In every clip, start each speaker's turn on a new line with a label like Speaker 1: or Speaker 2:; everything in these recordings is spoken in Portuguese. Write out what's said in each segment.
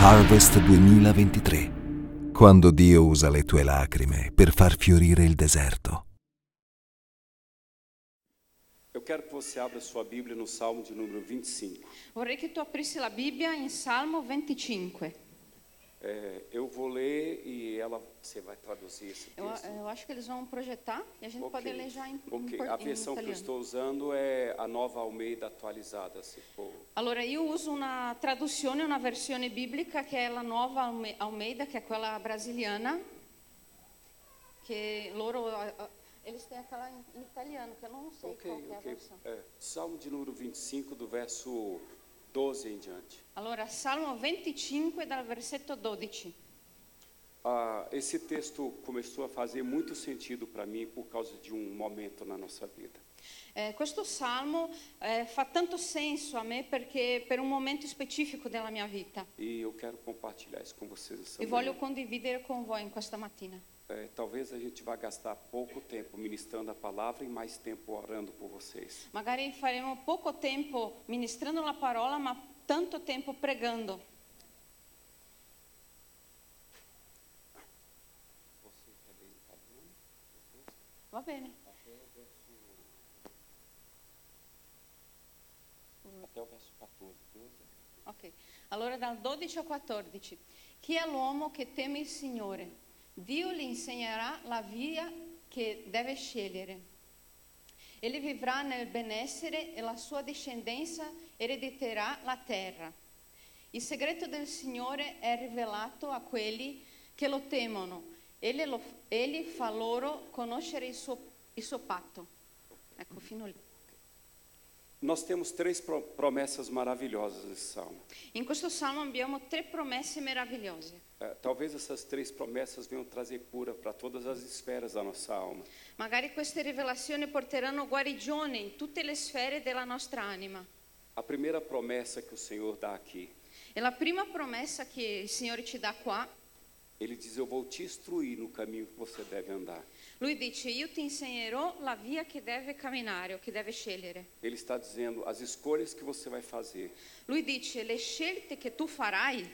Speaker 1: Harvest 2023. Quando Dio usa le tue lacrime per far fiorire il deserto.
Speaker 2: Eu quero que você abra sua Bíblia no Salmo de número 25.
Speaker 3: Vorrei che tu aprissi la Bibbia in Salmo 25.
Speaker 2: É, eu vou ler e ela, você vai traduzir esse
Speaker 3: Eu,
Speaker 2: texto.
Speaker 3: eu acho que eles vão projetar e a gente
Speaker 2: Ok.
Speaker 3: pode ler já em, in
Speaker 2: Ok,
Speaker 3: por-
Speaker 2: a
Speaker 3: in
Speaker 2: versão que eu
Speaker 3: italiano.
Speaker 2: estou usando é a nova Almeida atualizada, se for.
Speaker 3: Allora, io uso una traduzione, una versione biblica che è la nuova Alme- Almeida, che è quella brasiliana, che loro... eh, eh, eles têm aquela in, in italiano, che eu non sei
Speaker 2: Ok,
Speaker 3: qual che è a
Speaker 2: ok.
Speaker 3: versão.
Speaker 2: É, Salmo de número 25, do verso 12 em diante.
Speaker 3: Allora, Salmo 25 dal versetto 12.
Speaker 2: Ah, esse texto começou a fazer muito sentido para mim por causa de um momento na nossa vida.
Speaker 3: Eh, questo salmo eh, fa tanto senso a me perché per un momento specifico della mia vita
Speaker 2: E eu quero compartilhar isso com vocês essa
Speaker 3: e
Speaker 2: manhã.
Speaker 3: voglio condividere con voi in questa mattina.
Speaker 2: É, talvez a gente vá gastar pouco tempo ministrando a palavra e mais tempo orando por vocês.
Speaker 3: Magari faremo poco tempo ministrando la parola, ma tanto tempo pregando. Va bene,
Speaker 2: Até o verso 14.
Speaker 3: ok. Allora dal 12 al 14. Chi è l'uomo che teme il Signore? Dio gli insegnerà la via che deve scegliere. Egli vivrà nel benessere e la sua discendenza erediterà la terra. Il segreto del Signore è rivelato a quelli che lo temono. Egli, lo- egli fa loro conoscere il suo, il suo patto. Ecco, fino lì.
Speaker 2: Nós temos três pro- promessas maravilhosas nesse salmo.
Speaker 3: In questo salmo abbiamo tre promesse meravigliose.
Speaker 2: É, talvez essas três promessas venham trazer cura para todas as esferas da nossa alma.
Speaker 3: Magari queste rivelazioni porteranno guarigione in tutte le sfere della nostra anima.
Speaker 2: A primeira promessa que o Senhor dá aqui,
Speaker 3: E la prima promessa che il Signore ci dà qua,
Speaker 2: Ele diz: Eu vou te instruir no caminho que você deve andar.
Speaker 3: lui dice io ti insegnerò la via che deve camminare o che deve scegliere.
Speaker 2: Ele está dizendo: As escolhas que você vai fazer,
Speaker 3: Lui dice le scelte che tu farai,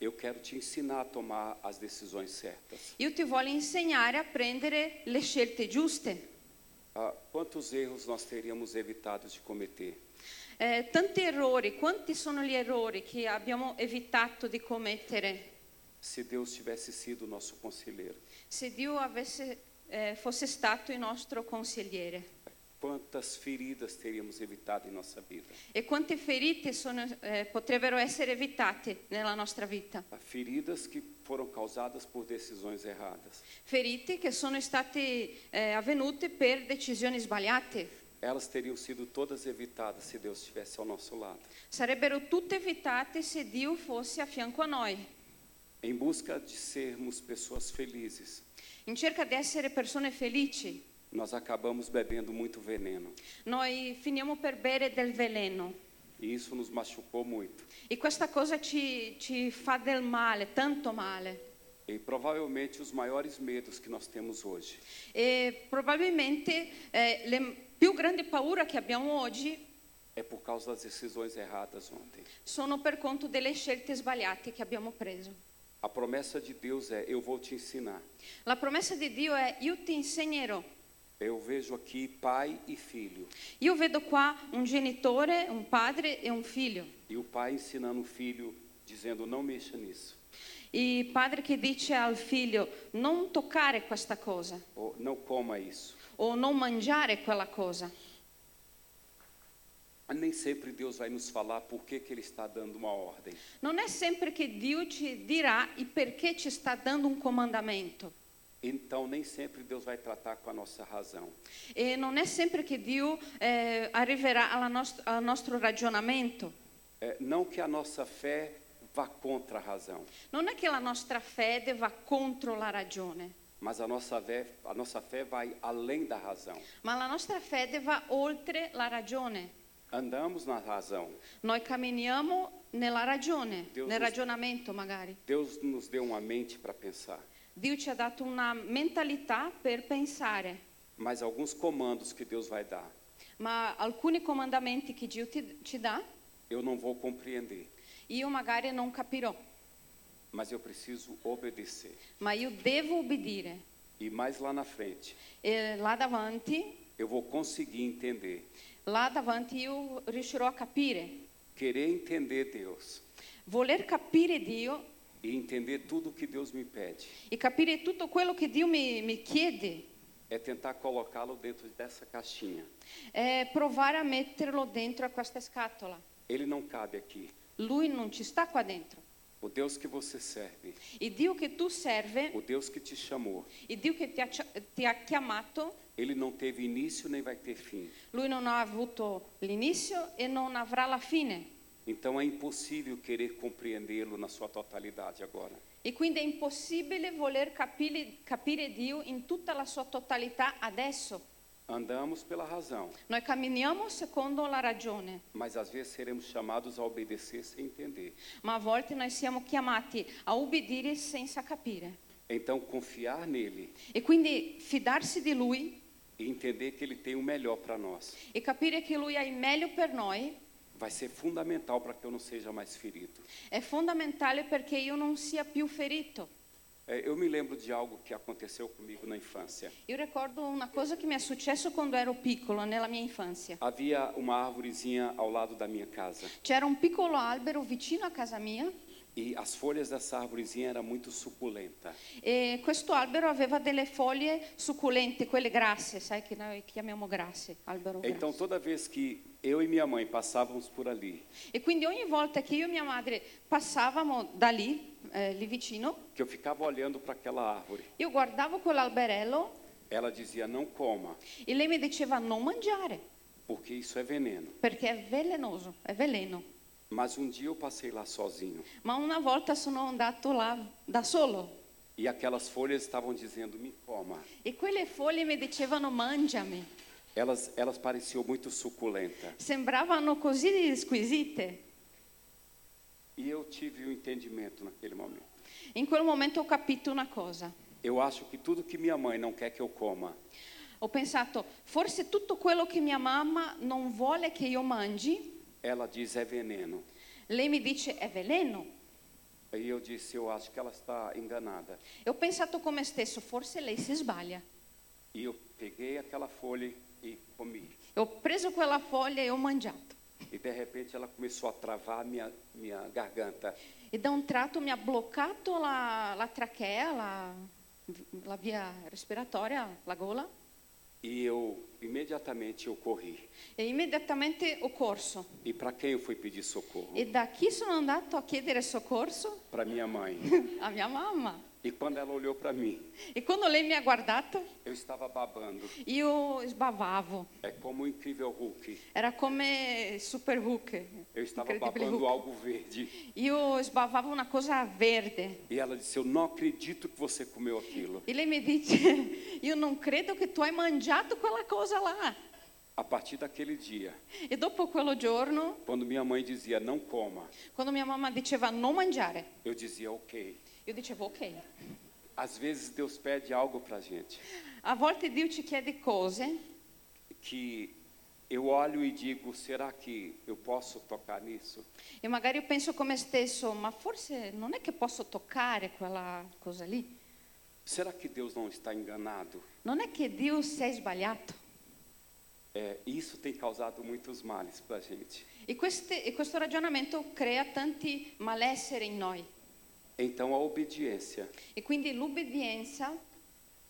Speaker 2: eu quero te ensinar a tomar as decisões certas.
Speaker 3: io ti voglio insegnare a prendere le scelte giuste.
Speaker 2: Ah, quantos erros nós teríamos evitado de cometer?
Speaker 3: Eh, tanti errori, quanti sono gli errori che abbiamo evitato di commettere
Speaker 2: se Deus tivesse sido nosso conselheiro.
Speaker 3: se Dio avesse, eh, fosse stato il nostro consigliere?
Speaker 2: Quantas feridas teríamos evitado em nossa vida?
Speaker 3: E quante ferite sono, eh, potrebbero essere evitate nella nostra vita?
Speaker 2: Há Feridas que foram causadas por decisões erradas.
Speaker 3: Ferite che sono state eh, avvenute per decisioni sbagliate.
Speaker 2: Elas teriam sido todas evitadas se Deus estivesse ao nosso lado.
Speaker 3: Sarebbero tutte evitate se Dio fosse a fianco a noi.
Speaker 2: Em busca de sermos pessoas felizes,
Speaker 3: In cerca di essere persone felici,
Speaker 2: nós acabamos bebendo muito veneno.
Speaker 3: noi finiamo per bere del veleno
Speaker 2: E isso nos machucou muito.
Speaker 3: e questa cosa ci, ci fa del male, tanto male.
Speaker 2: E provavelmente os maiores medos que nós temos hoje
Speaker 3: E probabilmente eh, le più grandi paure che abbiamo oggi
Speaker 2: é por causa das decisões erradas ontem.
Speaker 3: sono per conto delle scelte sbagliate che abbiamo preso.
Speaker 2: A promessa de Deus é: eu vou te ensinar.
Speaker 3: La promessa di Dio è io ti insegnerò.
Speaker 2: Eu vejo aqui pai e filho.
Speaker 3: Io vedo qua un genitore, un padre e un figlio.
Speaker 2: E o pai ensinando o filho, dizendo: não mexa nisso,
Speaker 3: Il padre che dice al figlio non toccare questa cosa
Speaker 2: ou não coma isso.
Speaker 3: o non mangiare quella cosa.
Speaker 2: Nem sempre Deus vai nos falar por que, que Ele está dando uma ordem.
Speaker 3: Non è sempre che Dio ci dirà il perché ci sta dando un comandamento
Speaker 2: Então, nem sempre Deus vai tratar com a nossa razão.
Speaker 3: e non è sempre che Dio eh, arriverà alla nost- al nostro ragionamento.
Speaker 2: É, não que a nossa fé vá contra a razão,
Speaker 3: Non è che la nostra fede va contro la ragione,
Speaker 2: mas a nossa fé, a nossa fé vai além da razão.
Speaker 3: ma la nostra fede va oltre la ragione.
Speaker 2: Andamos na razão.
Speaker 3: Noi camminiamo nella ragione,
Speaker 2: Dio giusto.
Speaker 3: nel ragionamento magari.
Speaker 2: Deus nos deu uma mente para pensar,
Speaker 3: Dio ci ha dato una mentalità per pensare,
Speaker 2: mas alguns comandos que Deus vai dar,
Speaker 3: ma alcuni comandamenti che Dio ti- ci dà
Speaker 2: eu não vou compreender.
Speaker 3: io magari non capirò.
Speaker 2: mas eu preciso obedecer.
Speaker 3: ma io devo obbedire.
Speaker 2: E mais lá na frente,
Speaker 3: E là davanti,
Speaker 2: eu vou conseguir entender.
Speaker 3: là davanti io riuscirò a capire.
Speaker 2: Querer entender Deus
Speaker 3: Voler capire Dio
Speaker 2: e entender tudo o que Deus me pede
Speaker 3: e capire tutto quello che Dio mi, mi chiede
Speaker 2: é tentar colocá-lo dentro dessa caixinha.
Speaker 3: è provare a metterlo dentro a questa scatola.
Speaker 2: Ele não cabe aqui.
Speaker 3: Lui non ci sta qua dentro.
Speaker 2: O Deus que você serve,
Speaker 3: Il Dio che tu serve,
Speaker 2: o Deus que te chamou,
Speaker 3: il Dio che ti ha, cia- ti ha chiamato,
Speaker 2: ele não teve início nem vai ter fim.
Speaker 3: lui non ha avuto l'inizio e non avrà la fine.
Speaker 2: Então é impossível querer compreendê-lo na sua totalidade agora.
Speaker 3: E quindi è impossibile voler capire, capire Dio in tutta la sua totalità adesso.
Speaker 2: Andamos pela razão,
Speaker 3: Noi camminiamo secondo la ragione,
Speaker 2: mas às vezes seremos chamados a obedecer sem entender.
Speaker 3: ma a volte noi siamo chiamati a ubbidire senza capire.
Speaker 2: Então confiar nele
Speaker 3: E quindi fidarsi di Lui
Speaker 2: e entender que ele tem o melhor para nós
Speaker 3: e capire che Lui ha il meglio per noi
Speaker 2: vai ser fundamental para que eu não seja mais ferido.
Speaker 3: è fondamentale perché io non sia più ferito.
Speaker 2: É, eu me lembro de algo que aconteceu comigo na infância.
Speaker 3: Io ricordo una cosa che mi è successo quando ero piccolo, nella mia infanzia.
Speaker 2: Havia uma árvorezinha ao lado da minha casa
Speaker 3: C'era un piccolo albero vicino a casa mia
Speaker 2: e as folhas dessa árvorezinha era muito suculenta.
Speaker 3: e questo albero aveva delle foglie succulente, quelle grasse, sai che noi chiamiamo grasse, albero
Speaker 2: Então
Speaker 3: grasso.
Speaker 2: toda vez que eu e minha mãe passávamos por ali,
Speaker 3: E quindi ogni volta che io e mia madre passavamo da lì, eh, lì vicino,
Speaker 2: que eu ficava olhando para aquela árvore,
Speaker 3: io guardavo quell'alberello
Speaker 2: ela dizia não coma,
Speaker 3: e lei mi diceva non mangiare
Speaker 2: porque isso é veneno.
Speaker 3: perché è velenoso, è veleno.
Speaker 2: Mas um dia eu passei lá sozinho
Speaker 3: Ma una volta sono andato là da solo
Speaker 2: e aquelas folhas estavam dizendo me coma.
Speaker 3: e quelle foglie mi dicevano mangiami.
Speaker 2: Elas elas pareciam muito suculenta.
Speaker 3: Sembravano così squisite.
Speaker 2: E eu tive um entendimento naquele momento.
Speaker 3: In quel momento ho capito una cosa.
Speaker 2: Eu acho que tudo que minha mãe não quer que eu coma,
Speaker 3: Ho pensato, forse tutto quello che mia mamma non vuole che io mangi,
Speaker 2: ela diz é veneno.
Speaker 3: lei mi dice è veleno.
Speaker 2: E eu disse, eu acho que ela está enganada.
Speaker 3: E ho pensato come stesso, forse lei si sbaglia.
Speaker 2: E eu peguei aquela folha e comi.
Speaker 3: E ho preso quella foglia e ho mangiato.
Speaker 2: E de repente ela começou a travar minha minha garganta.
Speaker 3: E da un tratto mi ha bloccato la, la trachea, la- la via respiratoria, la gola.
Speaker 2: E eu imediatamente eu corri.
Speaker 3: E immediatamente ho corso.
Speaker 2: E para quem eu fui pedir socorro?
Speaker 3: E da chi sono andato a chiedere soccorso?
Speaker 2: Para minha mãe.
Speaker 3: A mia mamma.
Speaker 2: E quando ela olhou para mim,
Speaker 3: E quando lei mi ha guardato,
Speaker 2: eu estava babando.
Speaker 3: io sbavavo.
Speaker 2: É como o incrível Hulk.
Speaker 3: Era come Super tipo Hulk.
Speaker 2: Eu estava
Speaker 3: Incredibile
Speaker 2: babando
Speaker 3: Hulk.
Speaker 2: algo verde.
Speaker 3: Io sbavavo una cosa verde.
Speaker 2: E ela disse: Eu não acredito que você comeu aquilo.
Speaker 3: E lei mi dice, io non credo che tu hai mangiato quella cosa là.
Speaker 2: A partir daquele dia,
Speaker 3: E dopo quello giorno,
Speaker 2: quando minha mãe dizia não coma,
Speaker 3: quando mia mamma diceva non mangiare,
Speaker 2: eu dizia ok.
Speaker 3: io dicevo ok.
Speaker 2: Às vezes Deus pede algo para gente
Speaker 3: A volte Dio ci chiede cose
Speaker 2: que eu olho e digo: será que eu posso tocar nisso?
Speaker 3: E magari penso come stesso, ma forse non è che posso toccare quella cosa lì.
Speaker 2: Será que Deus não está enganado?
Speaker 3: Non è che Dio si è sbagliato.
Speaker 2: É, isso tem causado muitos males para gente.
Speaker 3: E, queste- e questo ragionamento crea tanti malessere in noi.
Speaker 2: Então a obediência,
Speaker 3: E quindi l'obbedienza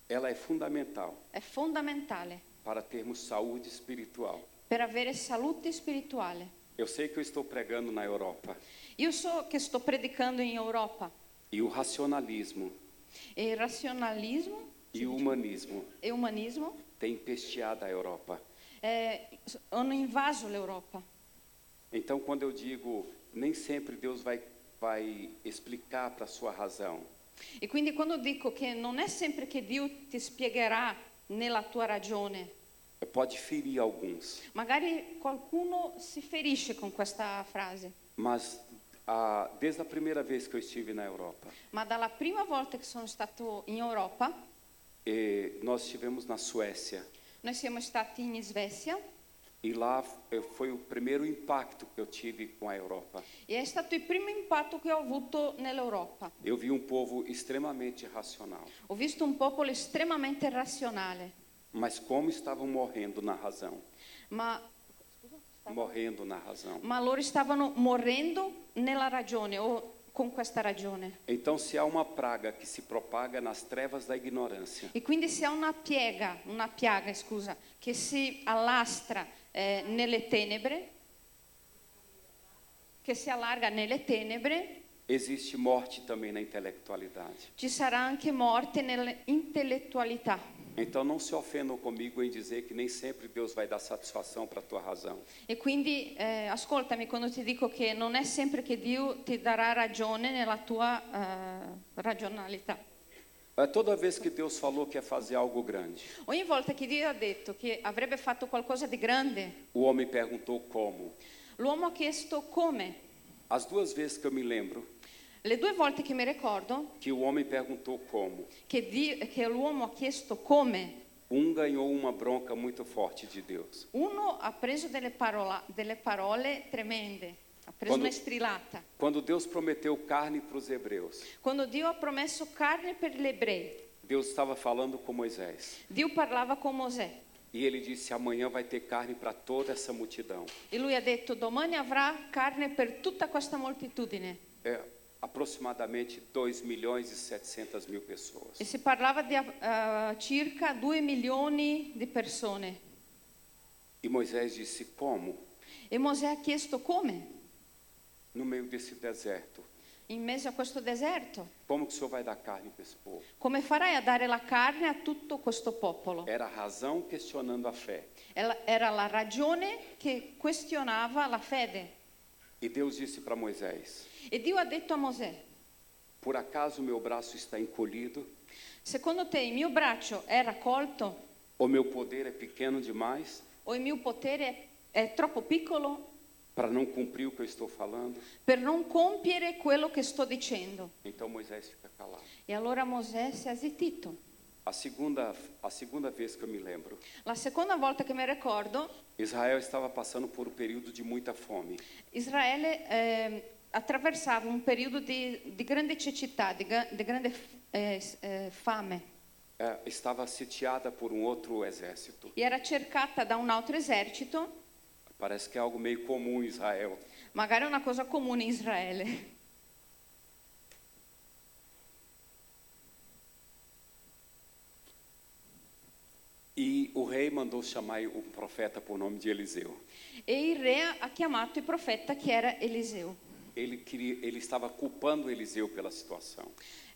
Speaker 2: ela é fundamental
Speaker 3: è fondamentale
Speaker 2: para termos saúde espiritual.
Speaker 3: per avere salute spirituale.
Speaker 2: Eu sei que eu estou pregando na Europa
Speaker 3: Io so che sto predicando in Europa
Speaker 2: e o racionalismo
Speaker 3: e il razionalismo
Speaker 2: e o humanismo
Speaker 3: e umanismo
Speaker 2: têm pesteado a Europa.
Speaker 3: eh, s- hanno invaso l'Europa.
Speaker 2: Então, quando eu digo, nem sempre Deus vai, vai explicar para a sua razão,
Speaker 3: E quindi quando dico che non è sempre che Dio ti spiegherà nella tua ragione,
Speaker 2: pode ferir alguns,
Speaker 3: magari qualcuno si ferisce con questa frase,
Speaker 2: mas ah, desde a primeira vez que eu estive na Europa,
Speaker 3: ma dalla prima volta che sono stato in Europa,
Speaker 2: eh, nós estivemos na Suécia
Speaker 3: noi siamo stati in Svezia
Speaker 2: E lá eh, foi o primeiro impacto que eu tive com a Europa.
Speaker 3: E è stato il primo impatto che ho avuto nell'Europa.
Speaker 2: Eu vi um povo extremamente racional,
Speaker 3: Ho visto un popolo estremamente razionale,
Speaker 2: mas como estavam morrendo na razão,
Speaker 3: ma,
Speaker 2: morrendo na razão.
Speaker 3: ma loro stavano morendo nella ragione o con questa ragione.
Speaker 2: Então, se há uma praga que se propaga nas trevas da ignorância,
Speaker 3: E quindi se ha una piega, una piaga, scusa, che si allastra eh, nelle tenebre, che si allarga nelle tenebre,
Speaker 2: existe morte também na intelectualidade.
Speaker 3: ci sarà anche morte nell'intellettualità.
Speaker 2: Então, não se ofendam comigo em dizer que nem sempre Deus vai dar satisfação para a tua razão.
Speaker 3: E quindi eh, ascoltami quando ti dico che non è sempre che Dio ti darà ragione nella tua eh, ragionalità.
Speaker 2: É toda vez que Deus falou que ia fazer algo grande,
Speaker 3: Ogni volta che Dio ha detto che avrebbe fatto qualcosa di grande,
Speaker 2: o homem perguntou como.
Speaker 3: l'uomo ha chiesto come.
Speaker 2: As duas vezes que eu me lembro
Speaker 3: Le due volte che mi ricordo
Speaker 2: que o homem perguntou como,
Speaker 3: che, Dio- che l'uomo ha chiesto come,
Speaker 2: um ganhou uma bronca muito forte de Deus.
Speaker 3: uno ha preso delle, parola- delle parole tremende, ha preso
Speaker 2: Quando-
Speaker 3: una strillata.
Speaker 2: Quando Deus prometeu carne para os hebreus,
Speaker 3: Quando Dio ha promesso carne per gli ebrei,
Speaker 2: Deus estava falando com Moisés.
Speaker 3: Dio parlava con Mosè.
Speaker 2: E ele disse: Amanhã vai ter carne para toda essa multidão.
Speaker 3: E lui ha detto domani avrà carne per tutta questa moltitudine.
Speaker 2: É aproximadamente 2 milhões e 700 mil pessoas.
Speaker 3: E si parlava di eh, circa 2 milioni di persone.
Speaker 2: E Moisés disse: Como?
Speaker 3: E Mosè ha chiesto come?
Speaker 2: No meio desse deserto,
Speaker 3: In mezzo a questo deserto?
Speaker 2: como que o senhor vai dar carne para esse povo?
Speaker 3: Come farai a dare la carne a tutto questo popolo?
Speaker 2: Era a razão questionando a fé.
Speaker 3: Ela- Era la ragione che questionava la fede.
Speaker 2: E Deus disse para Moisés:
Speaker 3: E Dio ha detto a Mosè,
Speaker 2: Por acaso o meu braço está encolhido?
Speaker 3: secondo te il mio braccio è raccolto
Speaker 2: O meu poder é pequeno demais
Speaker 3: o il mio potere è troppo piccolo
Speaker 2: para não cumprir o que eu estou falando?
Speaker 3: per non compiere quello che sto dicendo?
Speaker 2: Então Moisés fica calado.
Speaker 3: E allora Mosè si è zittito.
Speaker 2: A segunda, a segunda vez que eu me lembro,
Speaker 3: La seconda volta che mi ricordo,
Speaker 2: Israel estava passando por um período de muita fome.
Speaker 3: Israele eh, attraversava un periodo di, di grande cecità, di, gra- di grande eh, s- eh, fame
Speaker 2: É, estava sitiada por um outro exército.
Speaker 3: e era cercata da un altro esercito,
Speaker 2: Parece que é algo meio comum em Israel.
Speaker 3: magari una cosa comune in Israele.
Speaker 2: E o rei mandou chamar um profeta por nome de Eliseu.
Speaker 3: E il re ha chiamato il profeta che era Eliseo.
Speaker 2: Ele, queria, ele estava culpando Eliseu pela situação.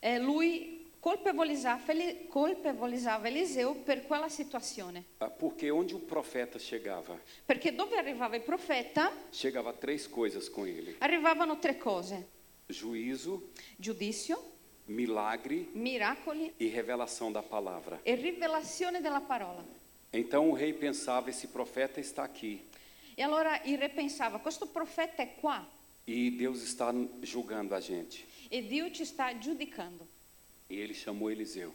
Speaker 3: E lui colpevolizzava, Eli- colpevolizzava Eliseo per quella situazione,
Speaker 2: Ah, Porque onde o profeta chegava,
Speaker 3: perché dove arrivava il profeta
Speaker 2: chegava três coisas com ele:
Speaker 3: arrivavano tre cose,
Speaker 2: juízo,
Speaker 3: giudizio,
Speaker 2: milagre
Speaker 3: miracoli
Speaker 2: e revelação da palavra.
Speaker 3: e rivelazione della parola.
Speaker 2: Então o rei pensava: esse profeta está aqui
Speaker 3: E allora il re pensava, questo profeta è qua
Speaker 2: e Deus está julgando a gente.
Speaker 3: e Dio ci sta giudicando.
Speaker 2: E ele chamou Eliseu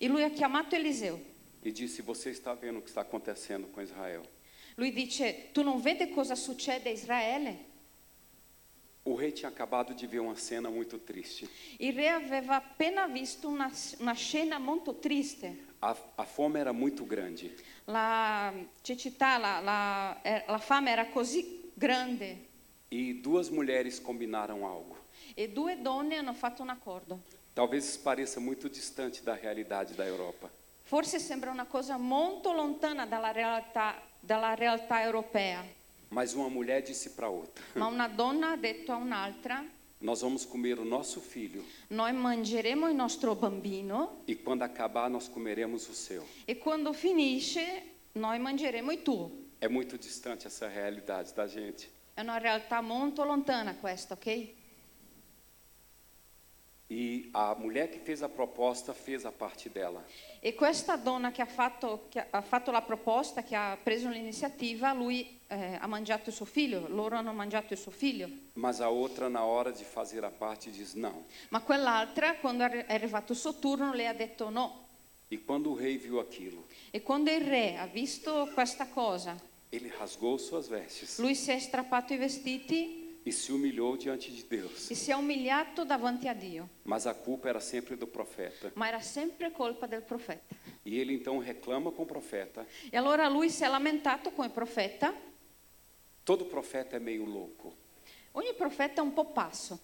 Speaker 3: E lui ha chiamato Eliseo.
Speaker 2: e disse: Você está vendo o que está acontecendo com Israel?
Speaker 3: Lui dice, tu non vedi cosa succede a Israele?
Speaker 2: O rei tinha acabado de ver uma cena muito triste.
Speaker 3: Il re aveva appena visto una, una scena molto triste.
Speaker 2: A, a fome era muito grande
Speaker 3: La cecità, la, la- eh, la fame era così grande
Speaker 2: e duas mulheres combinaram algo.
Speaker 3: e due donne hanno fatto un accordo.
Speaker 2: Talvez isso pareça muito distante da realidade da Europa.
Speaker 3: Forse sembra una cosa molto lontana dalla realtà- dalla realtà europea,
Speaker 2: Mas uma mulher disse para outra:
Speaker 3: ma una donna ha detto a un'altra,
Speaker 2: Nós vamos comer o nosso filho
Speaker 3: Noi mangeremo il nostro bambino
Speaker 2: e quando acabar nós comeremos o seu.
Speaker 3: e quando finisce noi mangeremo il tuo.
Speaker 2: É muito distante essa realidade da gente.
Speaker 3: È una realtà molto lontana questa, ok?
Speaker 2: E a mulher que fez a proposta fez a parte dela.
Speaker 3: E questa donna che ha fatto, che ha fatto la proposta, che ha preso l'iniziativa, lui eh, ha mangiato il suo figlio, loro hanno mangiato il suo figlio.
Speaker 2: Mas a outra, na hora de fazer a parte, diz não.
Speaker 3: Ma quell'altra, quando è arri- è arrivato il suo turno, le ha detto no.
Speaker 2: E quando o rei viu aquilo,
Speaker 3: E quando il re ha visto questa cosa,
Speaker 2: Ele rasgou suas vestes
Speaker 3: Lui si è strappato i vestiti
Speaker 2: e se humilhou diante de Deus.
Speaker 3: e si è umiliato davanti a Dio,
Speaker 2: Mas a culpa era sempre do profeta.
Speaker 3: ma era sempre colpa del profeta.
Speaker 2: E ele então reclama com o profeta.
Speaker 3: E allora lui si è lamentato come profeta.
Speaker 2: Todo profeta é meio louco.
Speaker 3: Ogni profeta è un po' pazzo.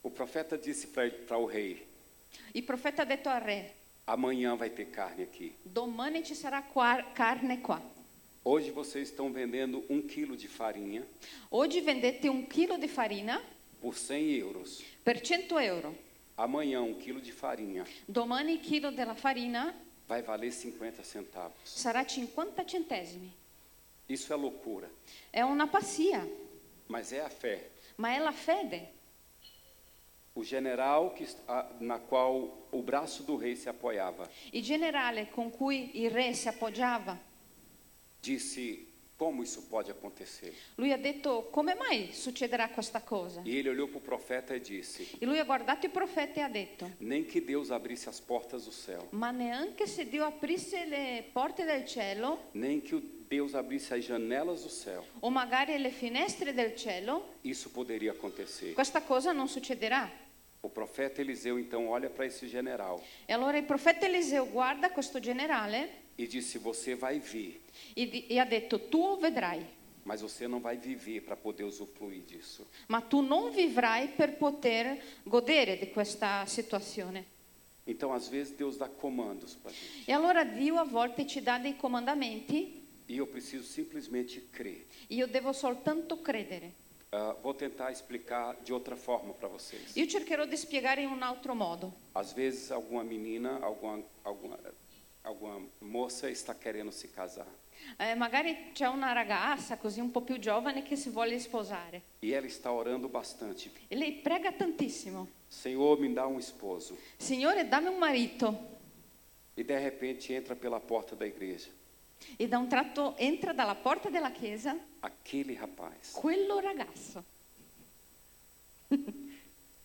Speaker 2: O profeta disse para o rei:
Speaker 3: Il profeta ha detto al re,
Speaker 2: Amanhã vai ter carne aqui.
Speaker 3: domani ci sarà qua- carne qua.
Speaker 2: Hoje vocês estão vendendo um quilo de farinha
Speaker 3: Oggi vendete un chilo di farina
Speaker 2: por 100 euros.
Speaker 3: per 100 euro.
Speaker 2: Amanhã um quilo de farinha
Speaker 3: Domani il chilo della farina
Speaker 2: vai valer 50 centavos.
Speaker 3: sarà 50 centesimi.
Speaker 2: Isso é loucura,
Speaker 3: È una pazzia,
Speaker 2: mas é a fé.
Speaker 3: ma è la fede.
Speaker 2: O general que, est- a- na qual o braço do rei se apoiava
Speaker 3: Il generale con cui il re si appoggiava,
Speaker 2: disse: Como isso pode acontecer?
Speaker 3: lui ha detto come mai succederà questa cosa?
Speaker 2: E ele olhou para o profeta e disse:
Speaker 3: E lui ha guardato il profeta e ha detto,
Speaker 2: Nem que Deus abrisse as portas do céu,
Speaker 3: ma neanche se Dio aprisse le porte del cielo
Speaker 2: nem que o Deus abrisse as janelas do céu,
Speaker 3: o magari le finestre del cielo,
Speaker 2: isso poderia acontecer.
Speaker 3: questa cosa non succederà.
Speaker 2: O profeta Eliseu então olha para esse general
Speaker 3: E allora il profeta Eliseo guarda questo generale
Speaker 2: e disse: Você vai vir,
Speaker 3: e, di- e ha detto, tu vedrai,
Speaker 2: mas você não vai viver para poder usufruir disso.
Speaker 3: ma tu non vivrai per poter godere di questa situazione.
Speaker 2: Então, às vezes, Deus dá comandos para gente.
Speaker 3: E allora Dio a volte ci dà dei comandamenti,
Speaker 2: E eu preciso simplesmente crer.
Speaker 3: io devo soltanto credere.
Speaker 2: Ah, vou tentar explicar de outra forma para vocês.
Speaker 3: Io cercherò di spiegare in un altro modo.
Speaker 2: Às vezes, alguma menina, alguma, alguma, alguma moça está querendo se casar.
Speaker 3: Eh, magari c'è una ragazza così un po' più giovane che si vuole sposare
Speaker 2: E ela está orando bastante.
Speaker 3: e lei prega tantissimo.
Speaker 2: Senhor, me dá um esposo.
Speaker 3: Signore, dammi un marito.
Speaker 2: E de repente entra pela porta da igreja.
Speaker 3: E da un tratto entra dalla porta della chiesa
Speaker 2: Aquele rapaz,
Speaker 3: quello ragazzo,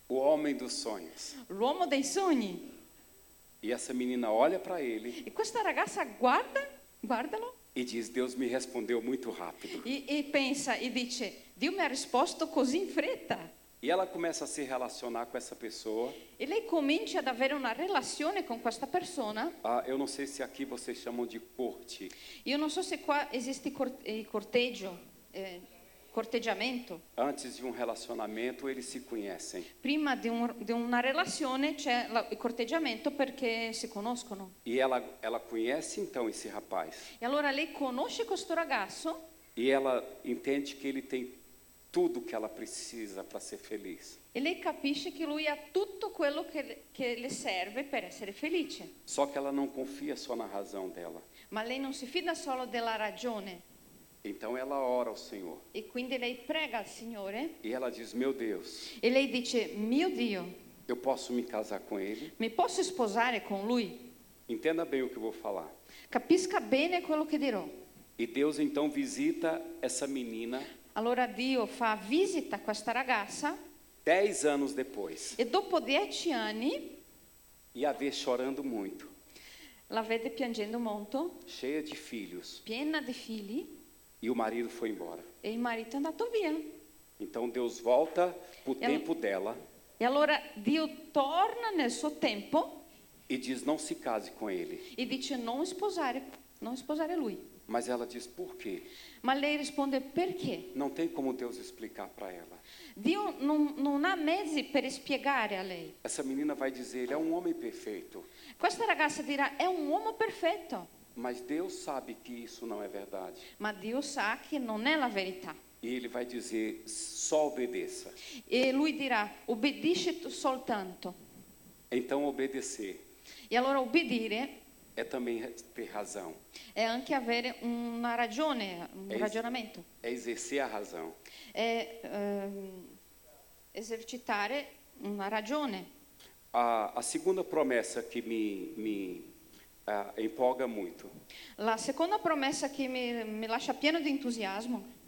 Speaker 2: o homem dos sonhos.
Speaker 3: l'uomo dei sogni.
Speaker 2: E essa menina olha para ele
Speaker 3: E questa ragazza guarda, guardalo,
Speaker 2: e diz: Deus me respondeu muito rápido.
Speaker 3: e, e pensa e dice, Dio mi ha risposto così in fretta.
Speaker 2: E ela começa a se relacionar com essa pessoa.
Speaker 3: E lei comincia ad avere una relazione con questa persona.
Speaker 2: Ah, eu não sei se aqui vocês chamam de corte.
Speaker 3: Io non so se qua esiste cor- eh, corteggio, eh, corteggiamento.
Speaker 2: Antes de um relacionamento, eles se conhecem.
Speaker 3: Prima di, un- di una relazione c'è la- il corteggiamento perché si conoscono.
Speaker 2: E ela, ela conhece então esse rapaz.
Speaker 3: E allora lei conosce questo ragazzo
Speaker 2: E ela entende que ele tem tudo que ela precisa para ser feliz.
Speaker 3: E lei capisce che lui ha tutto quello che, che le serve per essere felice,
Speaker 2: Só que ela não confia só na razão dela.
Speaker 3: ma lei non si fida solo della ragione
Speaker 2: Então ela ora ao Senhor.
Speaker 3: e quindi lei prega al Signore
Speaker 2: E ela diz: Meu Deus,
Speaker 3: e lei dice, mio Dio,
Speaker 2: eu posso me casar com ele?
Speaker 3: mi posso sposare con lui?
Speaker 2: Entenda bem o que eu vou falar.
Speaker 3: Capisca bene quello che dirò.
Speaker 2: E Deus então visita essa menina
Speaker 3: Allora Dio fa visita a questa ragazza
Speaker 2: dez anos depois
Speaker 3: e dopo dieci anni
Speaker 2: e a vê chorando muito,
Speaker 3: la vede piangendo molto,
Speaker 2: cheia de filhos.
Speaker 3: piena di figli
Speaker 2: E o marido foi embora.
Speaker 3: e il marito è andato via.
Speaker 2: Então Deus volta para o
Speaker 3: Ela-
Speaker 2: tempo dela
Speaker 3: E allora Dio torna nel suo tempo
Speaker 2: e diz: Não se case com ele.
Speaker 3: e dice non sposare, non sposare lui.
Speaker 2: Mas ela diz: Por quê?
Speaker 3: Ma lei risponde perché?
Speaker 2: Não tem como Deus explicar para ela.
Speaker 3: Dio non, non ha mezzi per spiegare a lei.
Speaker 2: Essa menina vai dizer: Ele é um homem perfeito.
Speaker 3: Questa ragazza dirà è un uomo perfetto,
Speaker 2: Mas Deus sabe que isso não é verdade.
Speaker 3: ma Dio sa che non è la verità.
Speaker 2: E ele vai dizer: Só obedeça.
Speaker 3: E lui dirà obbedisci tu soltanto.
Speaker 2: Então, obedecer
Speaker 3: E allora obbedire
Speaker 2: é também ter razão,
Speaker 3: è anche avere una ragione, un
Speaker 2: Es-
Speaker 3: ragionamento.
Speaker 2: é exercer a razão.
Speaker 3: È ehm, esercitare una ragione.
Speaker 2: A, a segunda promessa que me, me ah, empolga muito:
Speaker 3: La seconda promessa che mi, mi lascia pieno di entusiasmo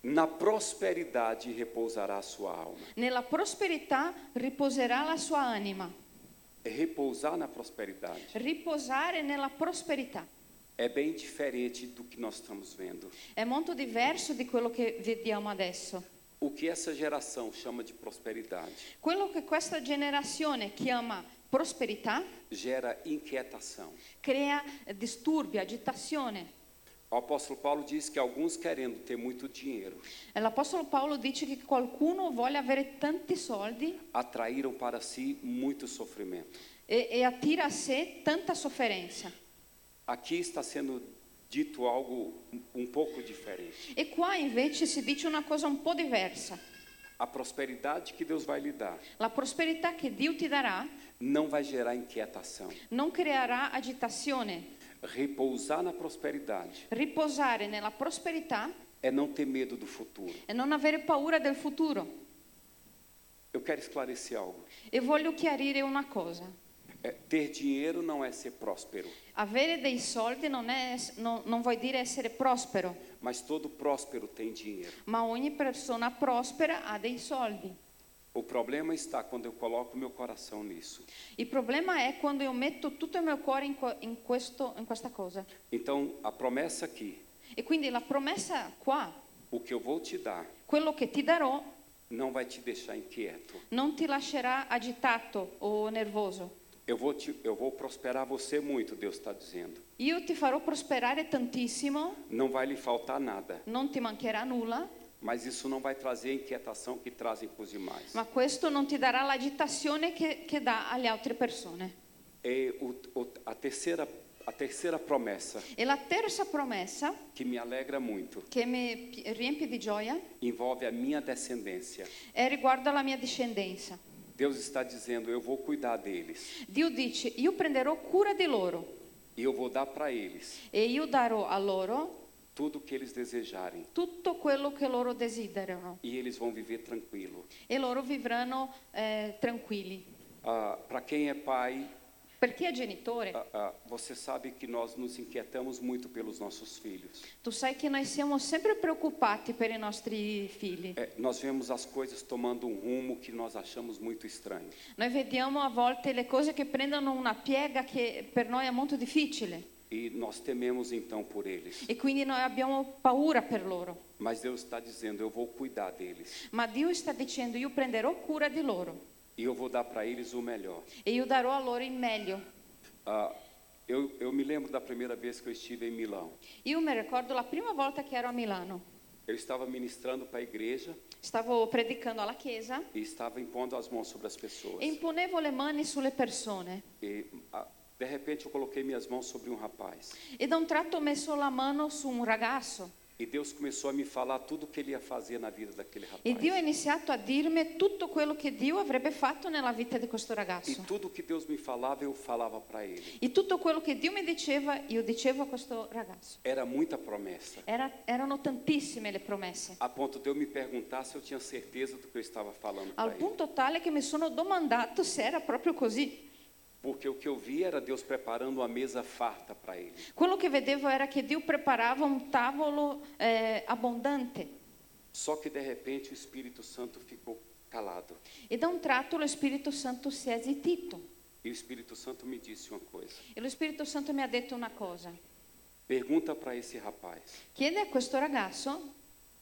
Speaker 2: na prosperidade repousará a sua alma.
Speaker 3: Nella prosperità riposerà la sua anima.
Speaker 2: É repousar na prosperidade.
Speaker 3: Riposare nella prosperità.
Speaker 2: é bem diferente do que nós estamos vendo.
Speaker 3: È molto diverso di quello che vediamo adesso.
Speaker 2: O que essa geração chama de prosperidade
Speaker 3: Quello che questa generazione chiama prosperità
Speaker 2: gera inquietação.
Speaker 3: crea eh, disturbi, agitazione.
Speaker 2: O apóstolo Paulo diz que alguns querendo ter muito dinheiro
Speaker 3: E L'Apostolo Paolo dice che qualcuno vuole avere tanti soldi
Speaker 2: atraíram para si muito sofrimento.
Speaker 3: e, e attira a sé tanta sofferenza.
Speaker 2: Aqui está sendo dito algo um pouco diferente.
Speaker 3: E qua invece si dice una cosa un po' diversa.
Speaker 2: A prosperidade que Deus vai lhe dar
Speaker 3: La prosperità che Dio ti darà
Speaker 2: não vai gerar inquietação.
Speaker 3: non creerà agitazione.
Speaker 2: Repousar na prosperidade
Speaker 3: Riposare nella prosperità
Speaker 2: é não ter medo do futuro.
Speaker 3: e non avere paura del futuro.
Speaker 2: Eu quero esclarecer algo.
Speaker 3: E voglio chiarire una cosa.
Speaker 2: É, ter dinheiro não é ser próspero,
Speaker 3: Avere dei soldi non, è, non- non vuol dire essere prospero,
Speaker 2: mas todo próspero tem dinheiro.
Speaker 3: ma ogni persona prospera ha dei soldi.
Speaker 2: O problema está quando eu coloco meu coração nisso.
Speaker 3: Il problema è quando io metto tutto il mio cuore in, que- in questo- in questa cosa.
Speaker 2: Então, a promessa aqui,
Speaker 3: E quindi la promessa qua,
Speaker 2: o que eu vou te dar,
Speaker 3: quello che ti darò,
Speaker 2: não vai te deixar inquieto.
Speaker 3: non ti lascerà agitato o nervoso.
Speaker 2: Eu vou, te, eu vou prosperar você muito, Deus está dizendo.
Speaker 3: Io ti farò prosperare tantissimo,
Speaker 2: Não vai lhe faltar nada,
Speaker 3: non ti mancherà nulla,
Speaker 2: mas isso não vai trazer a inquietação que trazem para os demais.
Speaker 3: ma questo non ti darà l'agitazione che, che dà alle altre persone.
Speaker 2: E o, o, a, terceira, a terceira promessa,
Speaker 3: E la terza promessa,
Speaker 2: que me alegra muito,
Speaker 3: che mi pi- riempie di gioia,
Speaker 2: envolve a minha descendência.
Speaker 3: è riguardo alla mia discendenza.
Speaker 2: Deus está dizendo: eu vou cuidar deles,
Speaker 3: Dio dice, io prenderò cura di loro
Speaker 2: e eu vou dar para eles
Speaker 3: e io darò a loro
Speaker 2: tudo o que eles desejarem,
Speaker 3: tutto quello che loro desiderano
Speaker 2: e eles vão viver tranquilo.
Speaker 3: e loro vivranno eh, tranquilli.
Speaker 2: Ah, para quem é pai,
Speaker 3: Perché è genitore,
Speaker 2: ah, ah, você sabe que nós nos inquietamos muito pelos nossos filhos.
Speaker 3: tu sai che noi siamo sempre preoccupati per i nostri figli.
Speaker 2: É, nós vemos as coisas tomando um rumo que nós achamos muito estranho.
Speaker 3: Noi vediamo a volte le cose che prendono una piega che per noi è molto difficile
Speaker 2: E nós tememos então por eles.
Speaker 3: e quindi noi abbiamo paura per loro.
Speaker 2: Mas Deus está dizendo: eu vou cuidar deles.
Speaker 3: Ma Dio sta dicendo io prenderò cura di loro
Speaker 2: E eu vou dar para eles o melhor.
Speaker 3: e io darò a loro il meglio.
Speaker 2: Ah, eu, eu me lembro da primeira vez que eu estive em Milão.
Speaker 3: Io mi ricordo la prima volta che ero a Milano,
Speaker 2: Eu estava ministrando para a igreja
Speaker 3: stavo predicando alla chiesa
Speaker 2: e estava impondo as mãos sobre as pessoas.
Speaker 3: e imponevo le mani sulle persone.
Speaker 2: E, ah, de repente, eu coloquei minhas mãos sobre um rapaz.
Speaker 3: E da un tratto ho messo la mano su un ragazzo
Speaker 2: E Deus começou a me falar tudo o que ele ia fazer na vida daquele rapaz.
Speaker 3: e Dio ha iniziato a dirmi tutto quello che Dio avrebbe fatto nella vita di questo
Speaker 2: E
Speaker 3: ragazzo.
Speaker 2: tudo que Deus me falava, eu falava para ele.
Speaker 3: E tutto quello che Dio mi diceva, io dicevo a questo ragazzo.
Speaker 2: Era muita promessa.
Speaker 3: Era- erano tantissime le promesse,
Speaker 2: A ponto de eu me perguntar se eu tinha certeza do que eu estava falando para
Speaker 3: al
Speaker 2: ele.
Speaker 3: punto tale che mi sono domandato se era proprio così.
Speaker 2: Porque o que eu vi era Deus preparando uma mesa farta para ele.
Speaker 3: Quello che vedevo era che Dio preparava un tavolo eh, abbondante
Speaker 2: Só que, de repente, o Espírito Santo ficou calado.
Speaker 3: e da un tratto lo Spirito Santo si è esitito.
Speaker 2: E o Espírito Santo me disse uma coisa.
Speaker 3: E lo Spirito Santo mi ha detto una cosa.
Speaker 2: Pergunta para esse rapaz
Speaker 3: Chiede a questo ragazzo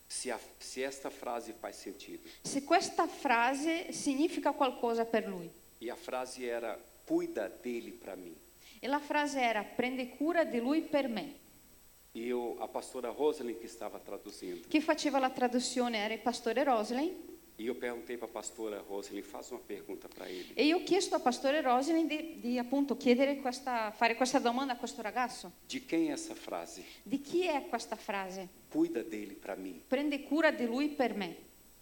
Speaker 2: se, a, se esta frase faz sentido.
Speaker 3: se questa frase significa qualcosa per lui.
Speaker 2: E a frase era, cuida dele para mim.
Speaker 3: E la frase era prendi cura di lui per me.
Speaker 2: E eu, a pastora Rosalind que estava traduzindo.
Speaker 3: Chi faceva la traduzione era il pastore Roslin
Speaker 2: E eu perguntei para a pastora Rosalind, faz uma pergunta para ele.
Speaker 3: e io ho chiesto a pastore Roslin di, di, appunto chiedere questa, fare questa domanda a questo ragazzo.
Speaker 2: De quem é essa frase?
Speaker 3: Di chi è questa frase?
Speaker 2: Cuida dele para mim.
Speaker 3: Prendi cura di lui per me.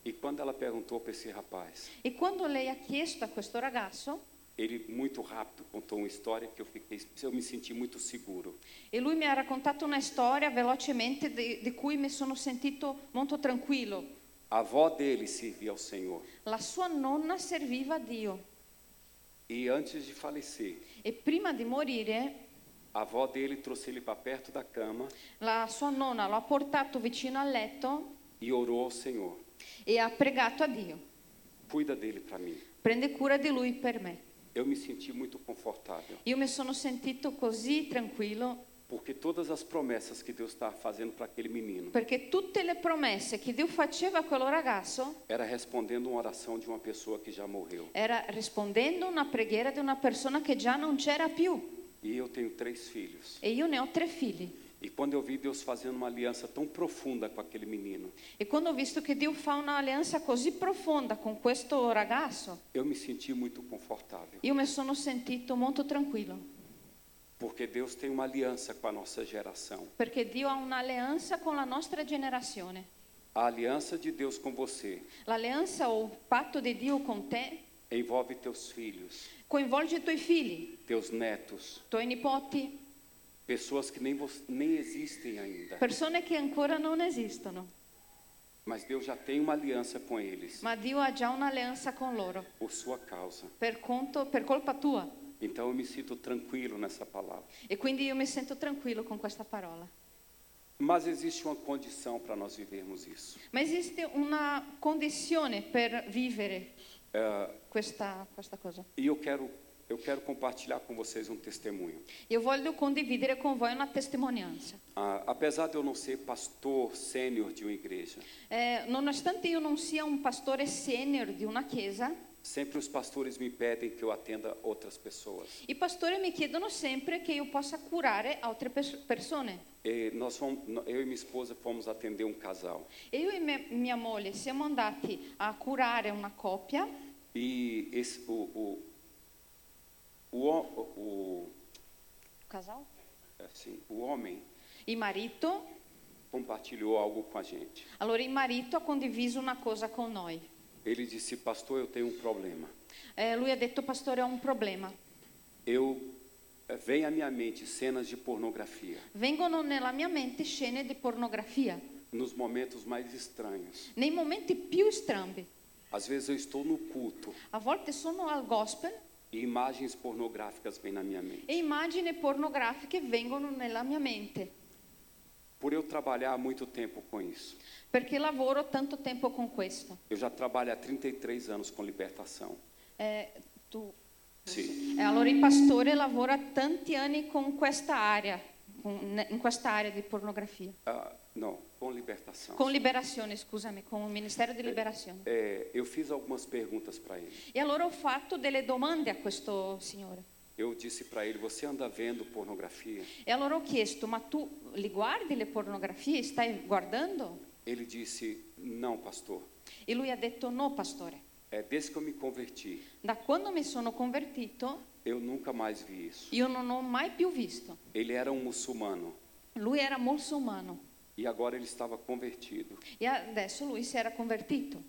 Speaker 2: E quando ela perguntou para esse rapaz,
Speaker 3: E quando lei ha chiesto a questo ragazzo,
Speaker 2: ele muito rápido contou uma história que eu fiquei, eu me senti muito seguro.
Speaker 3: e lui mi ha raccontato una storia velocemente di, di cui mi sono sentito molto tranquillo.
Speaker 2: A avó dele servia ao Senhor
Speaker 3: La sua nonna serviva a Dio
Speaker 2: e antes de falecer,
Speaker 3: e prima di morire
Speaker 2: a avó dele trouxe ele para perto da cama
Speaker 3: la sua nonna lo ha portato vicino al letto
Speaker 2: e orou ao Senhor.
Speaker 3: e ha pregato a Dio,
Speaker 2: Cuida dele para mim.
Speaker 3: prende cura di lui per me.
Speaker 2: Eu me senti muito confortável,
Speaker 3: Io mi sono sentito così tranquillo
Speaker 2: Porque todas as promessas que Deus está fazendo para aquele menino
Speaker 3: Perché tutte le promesse che Dio faceva a quello ragazzo
Speaker 2: era respondendo uma oração de uma pessoa que já morreu.
Speaker 3: era rispondendo a una preghiera di una persona che già non c'era più.
Speaker 2: E eu tenho três filhos.
Speaker 3: E io ne ho tre figli.
Speaker 2: E quando eu vi Deus fazendo uma aliança tão profunda com aquele menino,
Speaker 3: E quando ho visto che Dio fa un'alleanza così profonda con questo ragazzo,
Speaker 2: eu me senti muito confortável.
Speaker 3: io mi sono sentito molto tranquillo.
Speaker 2: Porque Deus tem uma aliança com a nossa geração.
Speaker 3: Perché Dio ha un'alleanza con la nostra generazione.
Speaker 2: A aliança de Deus com você
Speaker 3: L'alleanza o il patto di Dio con te
Speaker 2: envolve teus filhos,
Speaker 3: coinvolge i tuoi figli,
Speaker 2: teus netos,
Speaker 3: i tuoi nipoti,
Speaker 2: pessoas que nem, vo- nem existem ainda.
Speaker 3: persone che ancora non esistono.
Speaker 2: Mas Deus já tem uma aliança com eles,
Speaker 3: Ma Dio ha già un'alleanza con loro,
Speaker 2: por sua causa.
Speaker 3: per, conto, per colpa tua.
Speaker 2: Então eu me sinto tranquilo nessa palavra.
Speaker 3: E quindi io mi sento tranquillo con questa parola.
Speaker 2: Mas existe uma condição para nós vivermos isso.
Speaker 3: Ma esiste una condizione per vivere
Speaker 2: É,
Speaker 3: questa, questa cosa.
Speaker 2: e eu quero, eu quero compartilhar com vocês um testemunho.
Speaker 3: Io voglio condividere con voi una testimonianza.
Speaker 2: Ah, apesar de eu não ser pastor sênior de uma igreja,
Speaker 3: Eh, nonostante io non sia un pastore senior di una chiesa,
Speaker 2: sempre os pastores me pedem que eu atenda outras pessoas.
Speaker 3: i pastori mi chiedono sempre che io possa curare altre pers- persone.
Speaker 2: E nós fomos, eu e minha esposa fomos atender um casal.
Speaker 3: E Io e me- mia moglie siamo andati a curare una coppia
Speaker 2: E esse, o, o, o, ho- o,
Speaker 3: Casal?
Speaker 2: assim, o homem
Speaker 3: Il marito.
Speaker 2: compartilhou algo com a gente.
Speaker 3: Allora il marito ha condiviso una cosa con noi.
Speaker 2: Ele disse, pastor, eu tenho um problema.
Speaker 3: Eh, lui ha detto, pastore, ho un problema.
Speaker 2: Eu eh, vem à minha mente cenas de pornografia
Speaker 3: Vengono nella mia mente scene di pornografia,
Speaker 2: nos momentos mais estranhos.
Speaker 3: nei momenti più strambi.
Speaker 2: Às vezes eu estou no culto
Speaker 3: A volte sono al gospel
Speaker 2: e imagens pornográficas vêm na minha mente.
Speaker 3: e immagini pornografiche vengono nella mia mente,
Speaker 2: Por eu trabalhar há muito tempo com isso.
Speaker 3: perché lavoro tanto tempo con questo.
Speaker 2: Eu já trabalho há 33 anos com libertação.
Speaker 3: Eh, tu-
Speaker 2: Sim.
Speaker 3: eh, allora il pastore lavora tanti anni con questa area, con- ne- in questa area di pornografia.
Speaker 2: Ah, não, com libertação.
Speaker 3: Con liberazione, scusami, con il Ministero di Liberazione.
Speaker 2: É, eu fiz algumas perguntas para ele.
Speaker 3: E allora ho fatto delle domande a questo signore.
Speaker 2: Eu disse para ele: Você anda vendo pornografia?
Speaker 3: E allora ho chiesto, ma tu li guardi le pornografie? Stai guardando?
Speaker 2: Ele disse: Não, pastor.
Speaker 3: E lui ha detto, no pastore,
Speaker 2: É, desde que eu me converti,
Speaker 3: da quando mi sono convertito
Speaker 2: eu nunca mais vi isso.
Speaker 3: io non ho mai più visto.
Speaker 2: Ele era um muçulmano
Speaker 3: Lui era musulmano
Speaker 2: e agora ele estava convertido.
Speaker 3: e adesso lui si era convertito.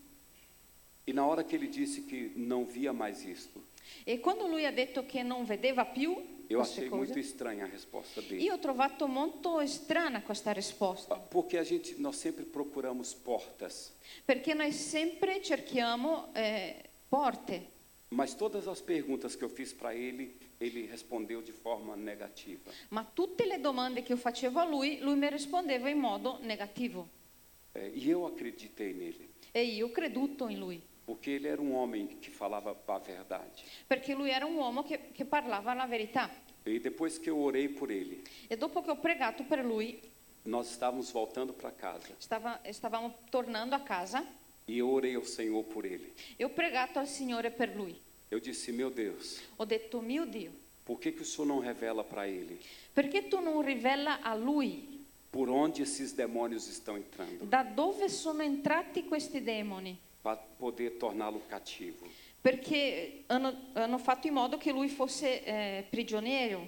Speaker 2: E na hora que ele disse que não via mais isto,
Speaker 3: E quando lui ha detto che non vedeva più
Speaker 2: eu
Speaker 3: queste
Speaker 2: achei
Speaker 3: cose,
Speaker 2: muito estranha a resposta dele. Ah,
Speaker 3: io ho trovato molto strana questa risposta,
Speaker 2: Porque a gente, nós sempre procuramos portas,
Speaker 3: perché noi sempre cerchiamo eh, porte,
Speaker 2: mas todas as perguntas que eu fiz para ele, ele respondeu de forma negativa.
Speaker 3: ma tutte le domande che io facevo a lui, lui mi rispondeva in modo negativo.
Speaker 2: É, e eu acreditei nele,
Speaker 3: E io ho creduto in lui,
Speaker 2: porque ele era um homem que falava a verdade.
Speaker 3: perché lui era un uomo che, che parlava la verità.
Speaker 2: E depois que eu orei por ele,
Speaker 3: E dopo che ho pregato per lui,
Speaker 2: nós estávamos voltando para casa
Speaker 3: stava- stavamo tornando a casa
Speaker 2: e eu orei ao Senhor por ele.
Speaker 3: e ho pregato al Signore per lui.
Speaker 2: Eu disse: Meu Deus,
Speaker 3: Ho detto, mio Dio,
Speaker 2: por que, que o Senhor não revela para ele
Speaker 3: perché tu non rivela a lui
Speaker 2: por onde esses demônios estão entrando,
Speaker 3: da dove sono entrati questi demoni?
Speaker 2: para poder torná-lo cativo?
Speaker 3: Perché hanno, hanno fatto in modo che lui fosse eh, prigioniero.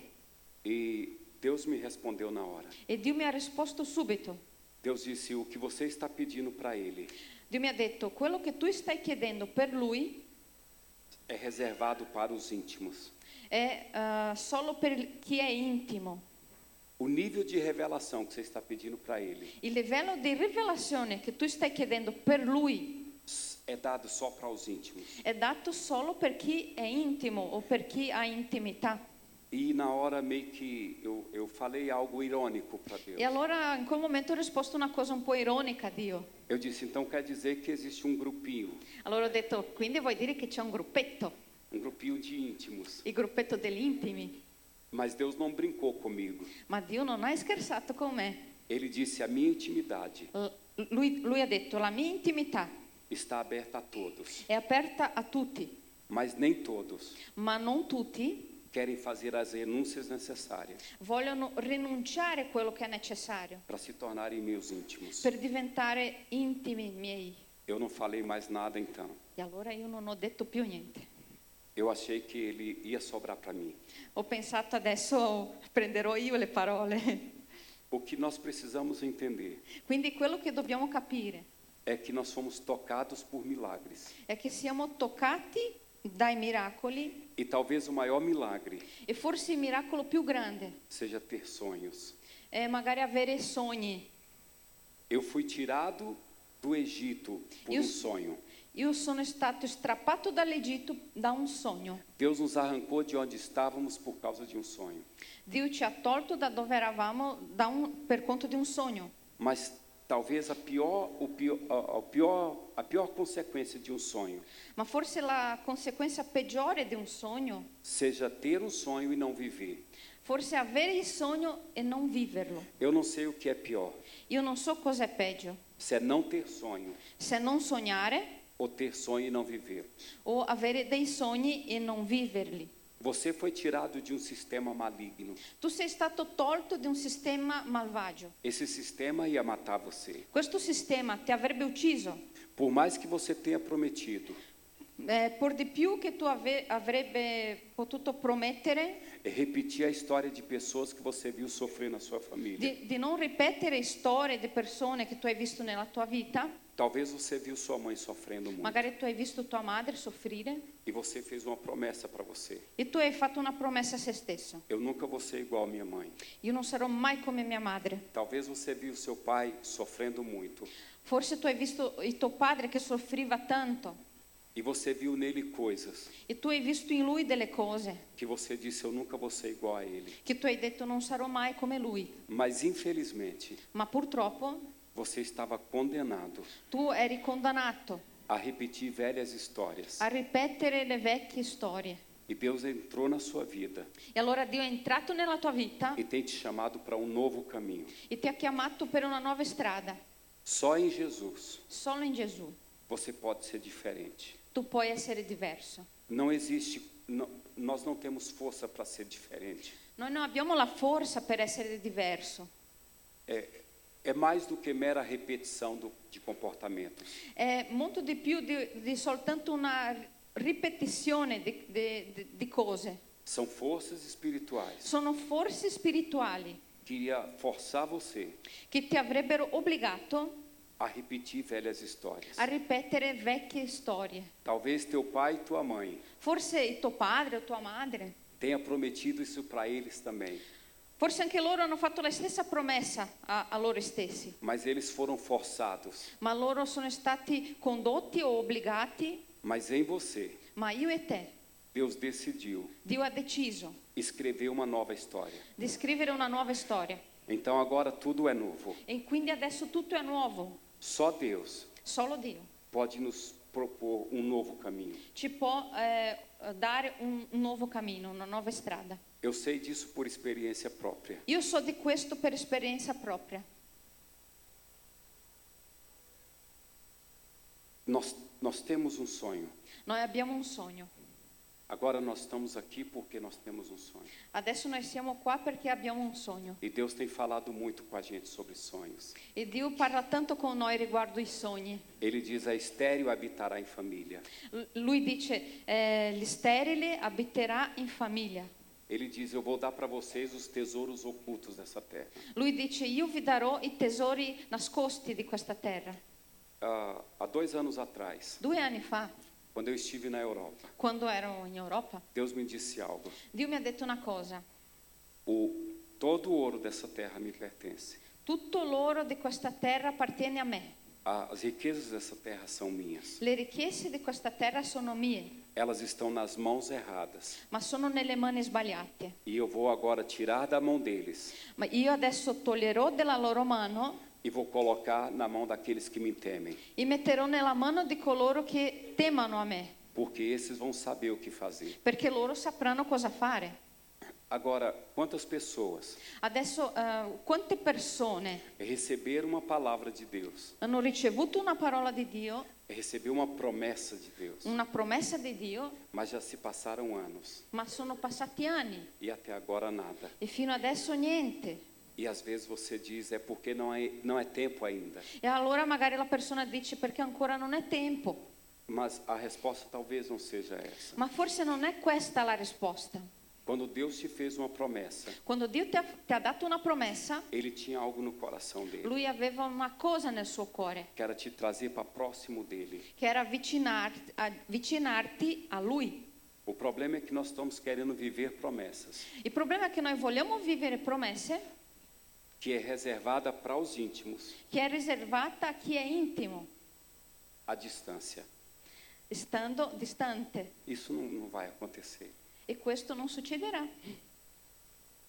Speaker 2: E Deus me respondeu na hora.
Speaker 3: E Dio mi ha risposto subito.
Speaker 2: Deus disse: O que você está pedindo para ele
Speaker 3: Dio mi ha detto, quello che tu stai chiedendo per lui
Speaker 2: é reservado para os íntimos.
Speaker 3: è eh, solo per chi è intimo.
Speaker 2: O nível de revelação que você está pedindo para ele
Speaker 3: Il livello di rivelazione che tu stai chiedendo per lui
Speaker 2: é dado só para os íntimos.
Speaker 3: è dato solo per chi è intimo o per chi ha intimità.
Speaker 2: E na hora meio que eu, eu falei algo irônico para Deus.
Speaker 3: E allora in quel momento ho risposto una cosa un po' ironica a Dio.
Speaker 2: Eu disse: Então quer dizer que existe um grupinho,
Speaker 3: Allora ho detto, quindi vuoi dire che c'è un gruppetto,
Speaker 2: um grupinho de íntimos,
Speaker 3: il gruppetto degli intimi,
Speaker 2: Mas Deus não brincou comigo.
Speaker 3: ma Dio non ha scherzato con me.
Speaker 2: Ele disse: A minha intimidade
Speaker 3: L- lui, lui ha detto, la mia intimità
Speaker 2: está aberta a todos,
Speaker 3: è aperta a tutti,
Speaker 2: mas nem todos
Speaker 3: ma non tutti
Speaker 2: querem fazer as renúncias necessárias
Speaker 3: vogliono rinunciare a quello che è necessario
Speaker 2: para se tornarem meus íntimos.
Speaker 3: per diventare intimi miei.
Speaker 2: Eu não falei mais nada então.
Speaker 3: E allora io non ho detto più niente.
Speaker 2: Eu achei que ele ia sobrar para mim.
Speaker 3: Ho pensato adesso prenderò io le parole.
Speaker 2: O que nós precisamos entender
Speaker 3: Quindi quello che dobbiamo capire
Speaker 2: é que nós somos tocados por milagres.
Speaker 3: è che siamo toccati dai miracoli
Speaker 2: E talvez o maior milagre
Speaker 3: e forse il miracolo più grande
Speaker 2: seja ter sonhos.
Speaker 3: è magari avere sogni.
Speaker 2: Eu fui tirado do Egito por
Speaker 3: E
Speaker 2: um
Speaker 3: os-
Speaker 2: sonho.
Speaker 3: Io sono stato strappato dall'Egitto da un sogno.
Speaker 2: Deus nos arrancou de onde estávamos por causa de um sonho.
Speaker 3: Dio ci ha tolto da dove eravamo da un- per conto di un sogno.
Speaker 2: Mas talvez a pior, o pior, a, a pior, a pior consequência de um sonho
Speaker 3: Ma forse la conseguenza peggiore di un sogno,
Speaker 2: seja ter um sonho e não viver.
Speaker 3: forse è avere il sogno e non viverlo.
Speaker 2: Eu não sei o que é pior,
Speaker 3: Io non so cos'è peggio,
Speaker 2: se é não ter sonho
Speaker 3: se non sognare
Speaker 2: ou ter sonho e não viver.
Speaker 3: o avere dei sogni e non viverli.
Speaker 2: Você foi tirado de um sistema maligno.
Speaker 3: Tu sei stato tolto di un sistema malvagio.
Speaker 2: Esse sistema ia matar você.
Speaker 3: Questo sistema ti avrebbe ucciso,
Speaker 2: Por mais que você tenha prometido,
Speaker 3: eh, per di più che tu ave- avrebbe potuto promettere
Speaker 2: é repetir a história de pessoas que você viu sofrer na sua família.
Speaker 3: di, di non ripetere storie di persone che tu hai visto nella tua vita.
Speaker 2: Talvez você viu sua mãe sofrendo muito
Speaker 3: Magari tu hai visto tua madre soffrire
Speaker 2: e você fez uma promessa para você.
Speaker 3: e tu hai fatto una promessa a se stesso.
Speaker 2: Eu nunca vou ser igual à minha mãe.
Speaker 3: Io non sarò mai come mia madre.
Speaker 2: Talvez você viu seu pai sofrendo muito
Speaker 3: Forse tu hai visto il tuo padre che soffriva tanto
Speaker 2: e você viu nele coisas
Speaker 3: e tu hai visto in lui delle cose
Speaker 2: que você disse eu nunca vou ser igual a ele.
Speaker 3: che tu hai detto non sarò mai come lui.
Speaker 2: Mas infelizmente,
Speaker 3: Ma purtroppo
Speaker 2: você estava condenado
Speaker 3: tu eri condannato
Speaker 2: a repetir velhas histórias.
Speaker 3: a ripetere le vecchie storie.
Speaker 2: E Deus entrou na sua vida
Speaker 3: E allora Dio è entrato nella tua vita
Speaker 2: e tem te chamado para um novo caminho.
Speaker 3: e ti ha chiamato per una nuova strada,
Speaker 2: Só em Jesus
Speaker 3: solo in Gesù.
Speaker 2: você pode ser diferente.
Speaker 3: Tu puoi essere diverso.
Speaker 2: Não existe, não, nós não temos força para ser diferente.
Speaker 3: Noi non abbiamo la forza per essere diverso.
Speaker 2: É, é mais do que mera repetição do, de comportamentos.
Speaker 3: È molto di più di, di soltanto una ripetizione di, di- di- di cose.
Speaker 2: São forças espirituais
Speaker 3: Sono forze spirituali
Speaker 2: que iria forçar você
Speaker 3: che ti avrebbero obbligato
Speaker 2: a repetir velhas histórias.
Speaker 3: a ripetere vecchie storie.
Speaker 2: Talvez teu pai e tua mãe
Speaker 3: Forse il tuo padre o tua madre,
Speaker 2: tenha prometido isso para eles também,
Speaker 3: forse anche loro hanno fatto la stessa promessa a, a loro stessi,
Speaker 2: mas eles foram forçados.
Speaker 3: ma loro sono stati condotti o obbligati.
Speaker 2: Mas em você,
Speaker 3: Ma io e te,
Speaker 2: Deus decidiu
Speaker 3: Dio ha deciso
Speaker 2: escrever uma nova história.
Speaker 3: di scrivere una nuova storia
Speaker 2: Então agora tudo é novo.
Speaker 3: e quindi adesso tutto è nuovo,
Speaker 2: Só Deus
Speaker 3: solo Dio.
Speaker 2: pode nos propor um novo caminho.
Speaker 3: ci può eh, dare un, un nuovo cammino, una nuova strada.
Speaker 2: Eu sei disso por experiência própria.
Speaker 3: Io so di questo per esperienza propria.
Speaker 2: Nós, nós temos um sonho.
Speaker 3: Noi abbiamo un sogno.
Speaker 2: Agora nós estamos aqui porque nós temos um sonho.
Speaker 3: Adesso noi siamo qua perché abbiamo un sogno.
Speaker 2: E Deus tem falado muito com a gente sobre sonhos.
Speaker 3: E Dio parla tanto con noi riguardo i sogni.
Speaker 2: Ele diz: a estéreo habitará em família.
Speaker 3: L- lui dice, eh, gli sterili abiterà in famiglia.
Speaker 2: Ele diz: eu vou dar para vocês os tesouros ocultos dessa terra.
Speaker 3: Lui dice, io vi darò i tesori nascosti di questa terra.
Speaker 2: Ah, há dois anos atrás,
Speaker 3: Due anni fa,
Speaker 2: quando eu estive na Europa,
Speaker 3: quando ero in Europa,
Speaker 2: Deus me disse algo.
Speaker 3: Dio mi ha detto una cosa.
Speaker 2: O todo o ouro dessa terra me pertence.
Speaker 3: Tutto l'oro di questa terra appartiene a me.
Speaker 2: A- As riquezas dessa terra são minhas.
Speaker 3: Le ricchezze di questa terra sono mie,
Speaker 2: Elas estão nas mãos erradas.
Speaker 3: ma sono nelle mani sbagliate.
Speaker 2: E eu vou agora tirar da mão deles
Speaker 3: Ma io adesso toglierò dalla loro mano
Speaker 2: e vou colocar na mão daqueles que me temem,
Speaker 3: e metterò nella mano di coloro che temano a me,
Speaker 2: porque esses vão saber o que fazer.
Speaker 3: perché loro sapranno cosa fare.
Speaker 2: Agora, quantas pessoas
Speaker 3: Adesso eh, quante persone
Speaker 2: receberam uma palavra de Deus,
Speaker 3: hanno ricevuto una parola di Dio,
Speaker 2: receberam uma promessa de Deus,
Speaker 3: una promessa di Dio,
Speaker 2: mas já se passaram anos
Speaker 3: ma sono passati anni
Speaker 2: e até agora nada.
Speaker 3: e fino adesso niente.
Speaker 2: E às vezes você diz, é porque não é, não é tempo ainda.
Speaker 3: E allora magari la persona dice perché ancora non è tempo,
Speaker 2: Mas a resposta talvez não seja essa.
Speaker 3: ma forse non è questa la risposta.
Speaker 2: Quando Deus te fez uma promessa,
Speaker 3: Quando Dio ti ha, ti ha dato una promessa,
Speaker 2: ele tinha algo no coração dele,
Speaker 3: lui aveva una cosa nel suo cuore,
Speaker 2: que era te trazer para próximo dele.
Speaker 3: che era avvicinarti, avvicinarti a lui.
Speaker 2: O problema é que nós estamos querendo viver promessas,
Speaker 3: Il problema è che noi vogliamo vivere promesse
Speaker 2: que é reservada para os íntimos,
Speaker 3: che è riservata a chi è intimo,
Speaker 2: à distância.
Speaker 3: stando distante.
Speaker 2: Isso não, não vai acontecer.
Speaker 3: E questo non succederà.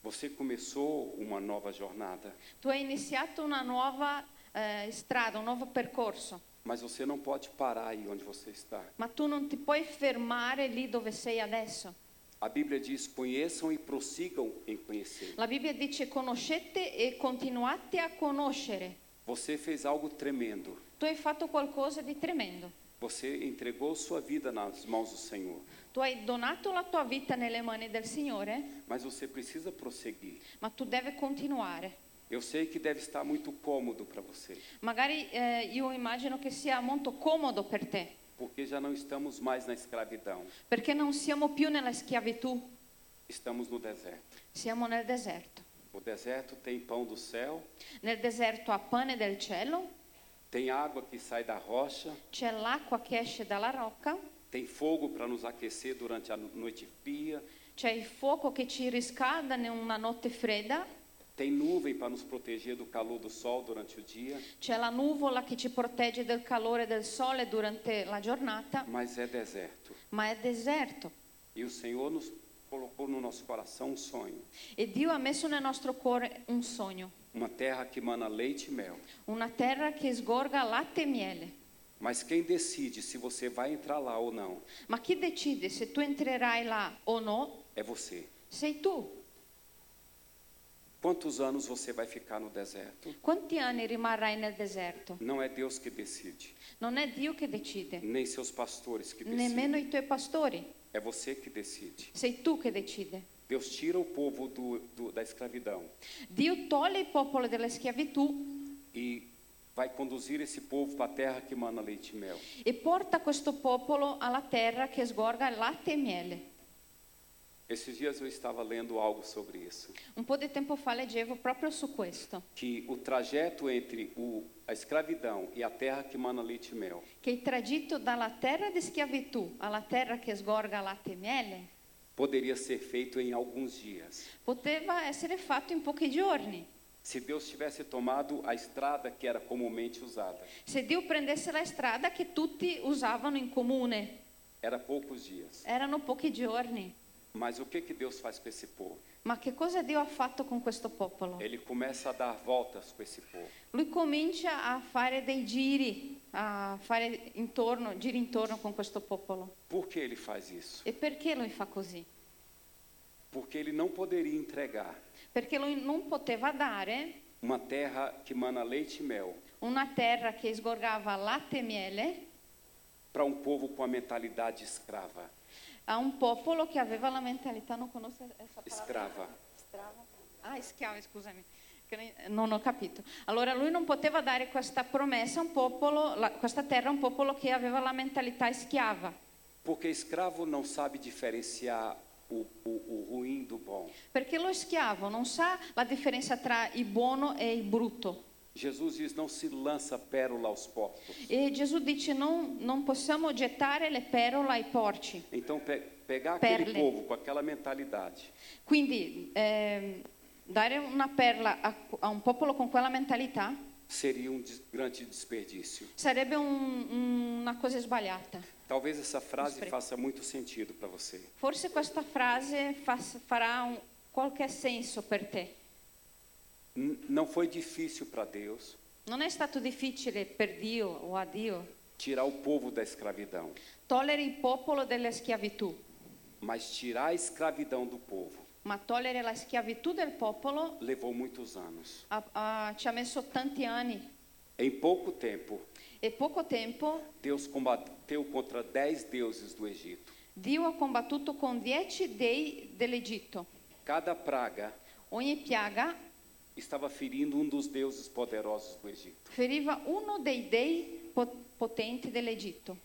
Speaker 2: Você começou uma nova jornada,
Speaker 3: Tu hai iniziato una nuova eh, strada, un nuovo percorso,
Speaker 2: mas você não pode parar aí onde você está.
Speaker 3: ma tu non ti puoi fermare lì dove sei adesso.
Speaker 2: A Bíblia diz: conheçam e prossigam em conhecer.
Speaker 3: La Bibbia dice conoscete e continuate a conoscere.
Speaker 2: Você fez algo tremendo.
Speaker 3: Tu hai fatto qualcosa di tremendo.
Speaker 2: Você entregou sua vida nas mãos do Senhor,
Speaker 3: Tu hai donato la tua vita nelle mani del Signore,
Speaker 2: mas você precisa prosseguir.
Speaker 3: ma tu devi continuare.
Speaker 2: Eu sei que deve estar muito cômodo para você,
Speaker 3: Magari eh, io immagino che sia molto comodo per te,
Speaker 2: porque já não estamos mais na escravidão,
Speaker 3: perché non siamo più nella schiavitù,
Speaker 2: estamos no deserto.
Speaker 3: siamo nel deserto.
Speaker 2: O deserto tem pão do céu,
Speaker 3: Nel deserto ha pane del cielo,
Speaker 2: tem água que sai da rocha,
Speaker 3: c'è l'acqua che esce dalla rocca,
Speaker 2: tem fogo para nos aquecer durante a no- noite fria,
Speaker 3: c'è il fuoco che ci riscalda in una notte fredda,
Speaker 2: tem nuvem para nos proteger do calor do sol durante o dia,
Speaker 3: c'è la nuvola che ci protegge dal calore del sole durante la giornata,
Speaker 2: mas é deserto.
Speaker 3: ma è deserto.
Speaker 2: E o Senhor nos colocou no nosso coração um sonho,
Speaker 3: E Dio ha messo nel nostro cuore un sogno,
Speaker 2: uma terra que mana leite e mel.
Speaker 3: una terra che sgorga latte e miele.
Speaker 2: Mas quem decide se você vai entrar lá ou não
Speaker 3: Ma chi decide se tu entrerai là o no?
Speaker 2: é você.
Speaker 3: Sei tu.
Speaker 2: Quantos anos você vai ficar no deserto?
Speaker 3: Quanti anni rimarrai nel deserto?
Speaker 2: Não é Deus que decide,
Speaker 3: Non è Dio che decide,
Speaker 2: nem seus pastores que decidem.
Speaker 3: nemmeno i tuoi pastori.
Speaker 2: É você que decide.
Speaker 3: Sei tu che decide.
Speaker 2: Deus tira o povo do, do, da escravidão
Speaker 3: Dio toglie il popolo dalla schiavitù
Speaker 2: e vai conduzir esse povo para a terra que mana leite e mel.
Speaker 3: e porta questo popolo alla terra che sgorga latte e miele.
Speaker 2: Esses dias eu estava lendo algo sobre isso,
Speaker 3: Un po' di tempo fa leggevo proprio su questo,
Speaker 2: que o trajeto entre o, a escravidão e a terra que mana leite e mel
Speaker 3: che il tragitto dalla terra di schiavitù alla terra che sgorga latte e miele
Speaker 2: poderia ser feito em alguns dias.
Speaker 3: poteva essere fatto in pochi giorni.
Speaker 2: Se Deus tivesse tomado a estrada que era comumente usada,
Speaker 3: Se Dio prendesse la strada che tutti usavano in comune,
Speaker 2: era poucos dias.
Speaker 3: erano pochi giorni.
Speaker 2: Mas o que, que Deus faz com esse povo?
Speaker 3: Ma che cosa Dio ha fatto con questo popolo?
Speaker 2: Ele começa a dar voltas com esse povo.
Speaker 3: Lui comincia a fare dei giri, a fare intorno, giri intorno con questo popolo.
Speaker 2: Por que ele faz isso?
Speaker 3: E perché lui fa così?
Speaker 2: Porque ele não poderia entregar
Speaker 3: Perché lui non poteva dare
Speaker 2: uma terra que mana leite e mel
Speaker 3: una terra che sgorgava latte e miele
Speaker 2: para um povo com a mentalidade escrava.
Speaker 3: a un popolo che aveva la mentalità, non conosco questa parola?
Speaker 2: Escrava.
Speaker 3: Strava. Ah, schiavi, scusami, che ne- non ho capito. Allora lui non poteva dare questa promessa a un popolo, la- questa terra a un popolo che aveva la mentalità schiava.
Speaker 2: Porque escravo não sabe diferenciar o, o, o ruim do bom.
Speaker 3: Perché lo schiavo non sa la differenza tra il buono e il brutto.
Speaker 2: Jesus diz: não se lança pérola aos porcos.
Speaker 3: E Gesù dice non, non possiamo gettare le perole ai porci.
Speaker 2: Então, pe pegar aquele
Speaker 3: Perle.
Speaker 2: povo com aquela mentalidade
Speaker 3: Quindi ehm, dare una perla a, a un popolo con quella mentalità
Speaker 2: seria um des- grande desperdício.
Speaker 3: sarebbe un- un- una cosa sbagliata.
Speaker 2: Talvez essa frase
Speaker 3: Despre-
Speaker 2: faça muito sentido para você.
Speaker 3: Forse questa frase fa- farà un- qualche senso per te.
Speaker 2: N- Não foi difícil para Deus
Speaker 3: Non è stato difficile per Dio o a Dio
Speaker 2: tirar o povo da escravidão,
Speaker 3: togliere il popolo della schiavitù,
Speaker 2: mas tirar a escravidão do povo
Speaker 3: ma togliere la schiavitù del popolo
Speaker 2: levou muitos anos.
Speaker 3: ha- ha- ci ha messo tanti anni.
Speaker 2: Em pouco tempo,
Speaker 3: E poco tempo
Speaker 2: Deus combateu contra dez deuses do Egito.
Speaker 3: Dio ha combattuto con dieci dei dell'Egitto.
Speaker 2: Cada praga
Speaker 3: Ogni piaga
Speaker 2: estava ferindo um dos deuses poderosos do Egito.
Speaker 3: feriva uno dei dei po- potenti dell'Egitto.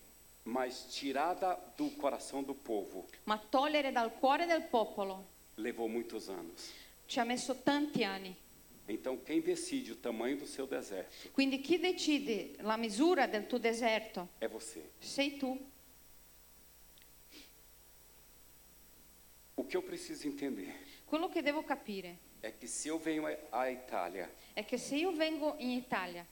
Speaker 2: Mas tirada do coração do povo,
Speaker 3: Ma togliere dal cuore del popolo
Speaker 2: levou muitos anos.
Speaker 3: ci ha messo tanti anni.
Speaker 2: Então, quem decide o tamanho do seu deserto
Speaker 3: Quindi chi decide la misura del tuo deserto
Speaker 2: é você.
Speaker 3: sei tu.
Speaker 2: O que eu preciso entender
Speaker 3: Quello che devo capire
Speaker 2: é que se eu venho à Itália,
Speaker 3: è che se io vengo in Italia,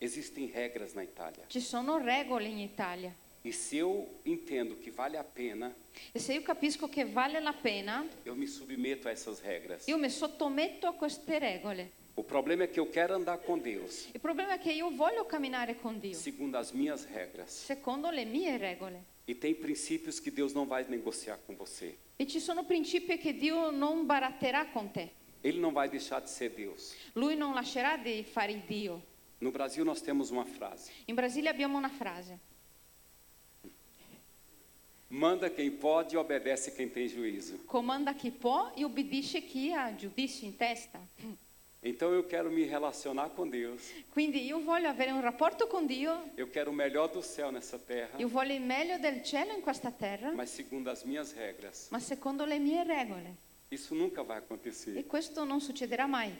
Speaker 2: existem regras na Itália.
Speaker 3: ci sono regole in Italia.
Speaker 2: E se eu entendo que vale a pena,
Speaker 3: E se io capisco che vale la pena,
Speaker 2: eu me submeto a essas regras.
Speaker 3: io mi sottometto a queste regole.
Speaker 2: O problema é que eu quero andar com Deus
Speaker 3: Il problema è che io voglio camminare con Dio,
Speaker 2: segundo as minhas regras.
Speaker 3: secondo le mie regole.
Speaker 2: E tem princípios que Deus não vai negociar com você.
Speaker 3: E ci sono principi che Dio non baratterà con te.
Speaker 2: Ele não vai deixar de ser Deus.
Speaker 3: Lui non lascerà di fare il Dio.
Speaker 2: No Brasil nós temos uma frase:
Speaker 3: In Brasile abbiamo una frase.
Speaker 2: manda quem pode e obedece quem tem juízo.
Speaker 3: Comanda chi può e obbedisce chi ha giudizio in testa.
Speaker 2: Então eu quero me relacionar com Deus.
Speaker 3: Quindi io voglio avere un rapporto con Dio,
Speaker 2: Eu quero o melhor do céu nessa terra,
Speaker 3: io voglio il meglio del cielo in questa terra,
Speaker 2: mas segundo as minhas regras.
Speaker 3: ma secondo le mie regole.
Speaker 2: Isso nunca vai
Speaker 3: E
Speaker 2: acontecer.
Speaker 3: questo non succederà mai.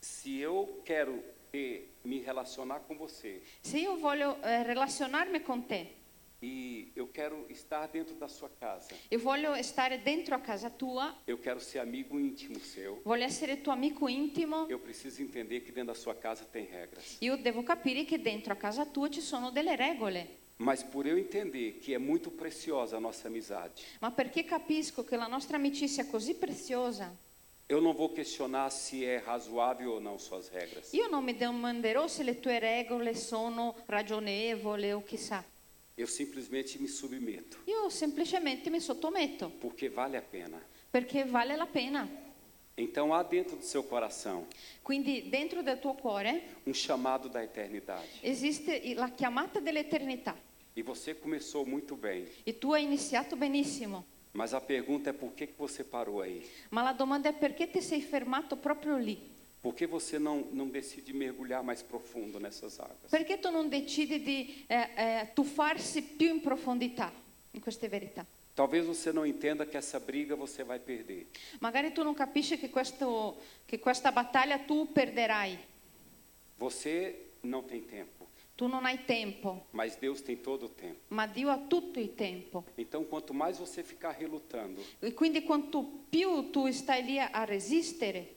Speaker 2: Se eu quero ter, me relacionar com você
Speaker 3: Se io voglio eh, relazionarmi con te,
Speaker 2: e eu quero estar dentro da sua casa,
Speaker 3: io voglio stare dentro a casa tua,
Speaker 2: eu quero ser amigo íntimo seu,
Speaker 3: voglio essere tuo amico intimo,
Speaker 2: eu preciso entender que dentro da sua casa tem regras.
Speaker 3: io devo capire che dentro a casa tua ci sono delle regole.
Speaker 2: Mas por eu entender que é muito preciosa a nossa amizade,
Speaker 3: Ma perché capisco che la nostra amicizia è così preziosa,
Speaker 2: eu não vou questionar se é razoável ou não suas regras.
Speaker 3: io non mi domanderò se le tue regole sono ragionevoli o chissà.
Speaker 2: Eu simplesmente me submeto,
Speaker 3: Io semplicemente mi sottometto.
Speaker 2: porque vale a pena.
Speaker 3: perché vale la pena.
Speaker 2: Então há dentro do seu coração
Speaker 3: Quindi dentro del tuo cuore
Speaker 2: um chamado da eternidade.
Speaker 3: esiste i- la chiamata dell'eternità
Speaker 2: E você começou muito bem,
Speaker 3: e tu hai iniziato benissimo,
Speaker 2: mas a pergunta é por que que você parou aí?
Speaker 3: ma la domanda è perché ti sei fermato proprio lì?
Speaker 2: Por que você não, não decide mergulhar mais profundo nessas águas?
Speaker 3: Perché tu non decidi di eh, eh, tuffarsi più in profondità in queste verità?
Speaker 2: Talvez você não entenda que essa briga você vai perder.
Speaker 3: Magari tu non capisci che, questo- che questa battaglia tu perderai,
Speaker 2: Você não tem tempo,
Speaker 3: tu non hai tempo,
Speaker 2: mas Deus tem todo o tempo.
Speaker 3: ma Dio ha tutto il tempo.
Speaker 2: Então, quanto mais você ficar relutando,
Speaker 3: E quindi quanto più tu stai lì a resistere,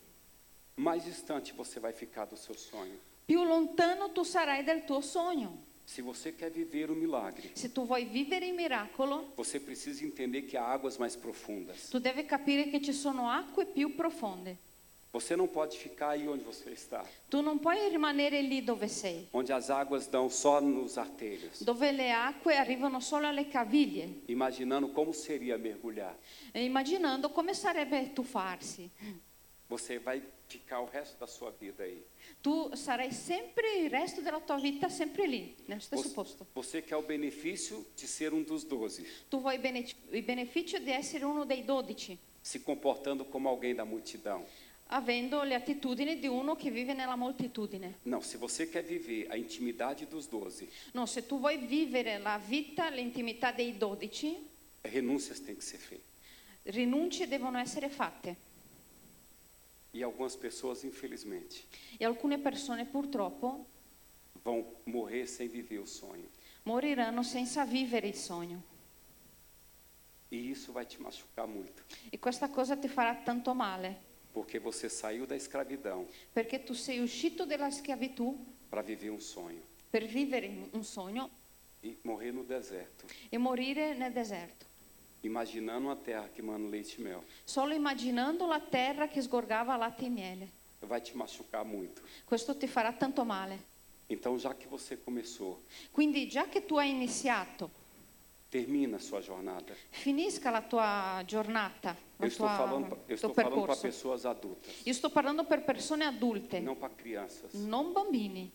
Speaker 2: mais distante você vai ficar do seu sonho.
Speaker 3: più lontano tu sarai dal tuo sogno.
Speaker 2: Se você quer viver o milagre,
Speaker 3: Se tu vuoi vivere il miracolo,
Speaker 2: você precisa entender que há águas mais profundas.
Speaker 3: tu devi capire che ci sono acque più profonde.
Speaker 2: Você não pode ficar aí onde você está,
Speaker 3: Tu non puoi rimanere lì dove sei,
Speaker 2: onde as águas dão só nos artérios,
Speaker 3: dove le acque arrivano solo alle caviglie,
Speaker 2: imaginando como seria mergulhar.
Speaker 3: e immaginando come sarebbe tuffarsi.
Speaker 2: Você vai ficar o resto da sua vida aí.
Speaker 3: Tu sarai sempre il resto della tua vita sempre lì, nello stesso
Speaker 2: Você,
Speaker 3: posto.
Speaker 2: você quer o benefício de ser um dos doze,
Speaker 3: Tu vuoi bene- il beneficio di essere uno dei dodici,
Speaker 2: se comportando como alguém da multidão.
Speaker 3: avendo le attitudini di uno che vive nella moltitudine.
Speaker 2: Não, se você quer viver a intimidade dos doze,
Speaker 3: No, se tu vuoi vivere la vita, l'intimità dei dodici,
Speaker 2: renúncias têm que ser feitas.
Speaker 3: rinunce devono essere fatte
Speaker 2: E algumas pessoas, infelizmente,
Speaker 3: e alcune persone purtroppo
Speaker 2: vão morrer sem viver o sonho.
Speaker 3: moriranno senza vivere il sogno
Speaker 2: E isso vai te machucar muito,
Speaker 3: e questa cosa ti farà tanto male
Speaker 2: porque você saiu da escravidão
Speaker 3: perché tu sei uscito dalla schiavitù
Speaker 2: para viver um sonho
Speaker 3: per vivere in- un sogno
Speaker 2: e morrer no deserto,
Speaker 3: e morire nel deserto,
Speaker 2: imaginando uma terra que manda leite e mel.
Speaker 3: solo immaginando la terra che sgorgava latte e miele.
Speaker 2: Vai te machucar muito.
Speaker 3: Questo ti farà tanto male.
Speaker 2: Então, já que você começou,
Speaker 3: Quindi già che tu hai iniziato,
Speaker 2: Termina a sua jornada.
Speaker 3: Finisca la tua giornata, la
Speaker 2: Eu estou
Speaker 3: tua-
Speaker 2: falando, pra- eu
Speaker 3: il tuo
Speaker 2: estou falando para
Speaker 3: percorso.
Speaker 2: pessoas adultas,
Speaker 3: Io sto parlando per persone adulte,
Speaker 2: não para crianças.
Speaker 3: non bambini,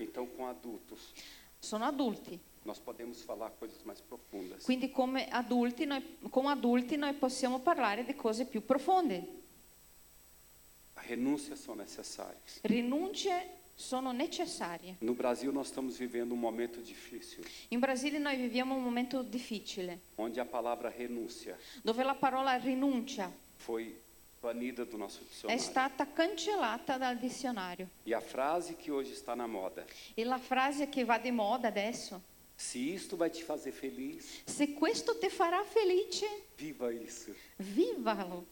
Speaker 2: Então, com adultos,
Speaker 3: sono adulti.
Speaker 2: nós podemos falar coisas mais profundas.
Speaker 3: Quindi come adulti, noi, come adulti noi possiamo parlare di cose più profonde.
Speaker 2: Renúncias são necessárias.
Speaker 3: Rinunce sono necessarie.
Speaker 2: No Brasil, nós estamos vivendo um momento difícil,
Speaker 3: In Brasile noi viviamo un momento difficile,
Speaker 2: onde a palavra renúncia
Speaker 3: dove la parola rinuncia
Speaker 2: foi banida do nosso
Speaker 3: è
Speaker 2: dicionário.
Speaker 3: stata cancellata dal dizione.
Speaker 2: E a frase que hoje está na moda:
Speaker 3: E la frase che va di moda adesso,
Speaker 2: se isto vai te fazer feliz,
Speaker 3: se questo ti farà felice,
Speaker 2: viva isso.
Speaker 3: vivalo.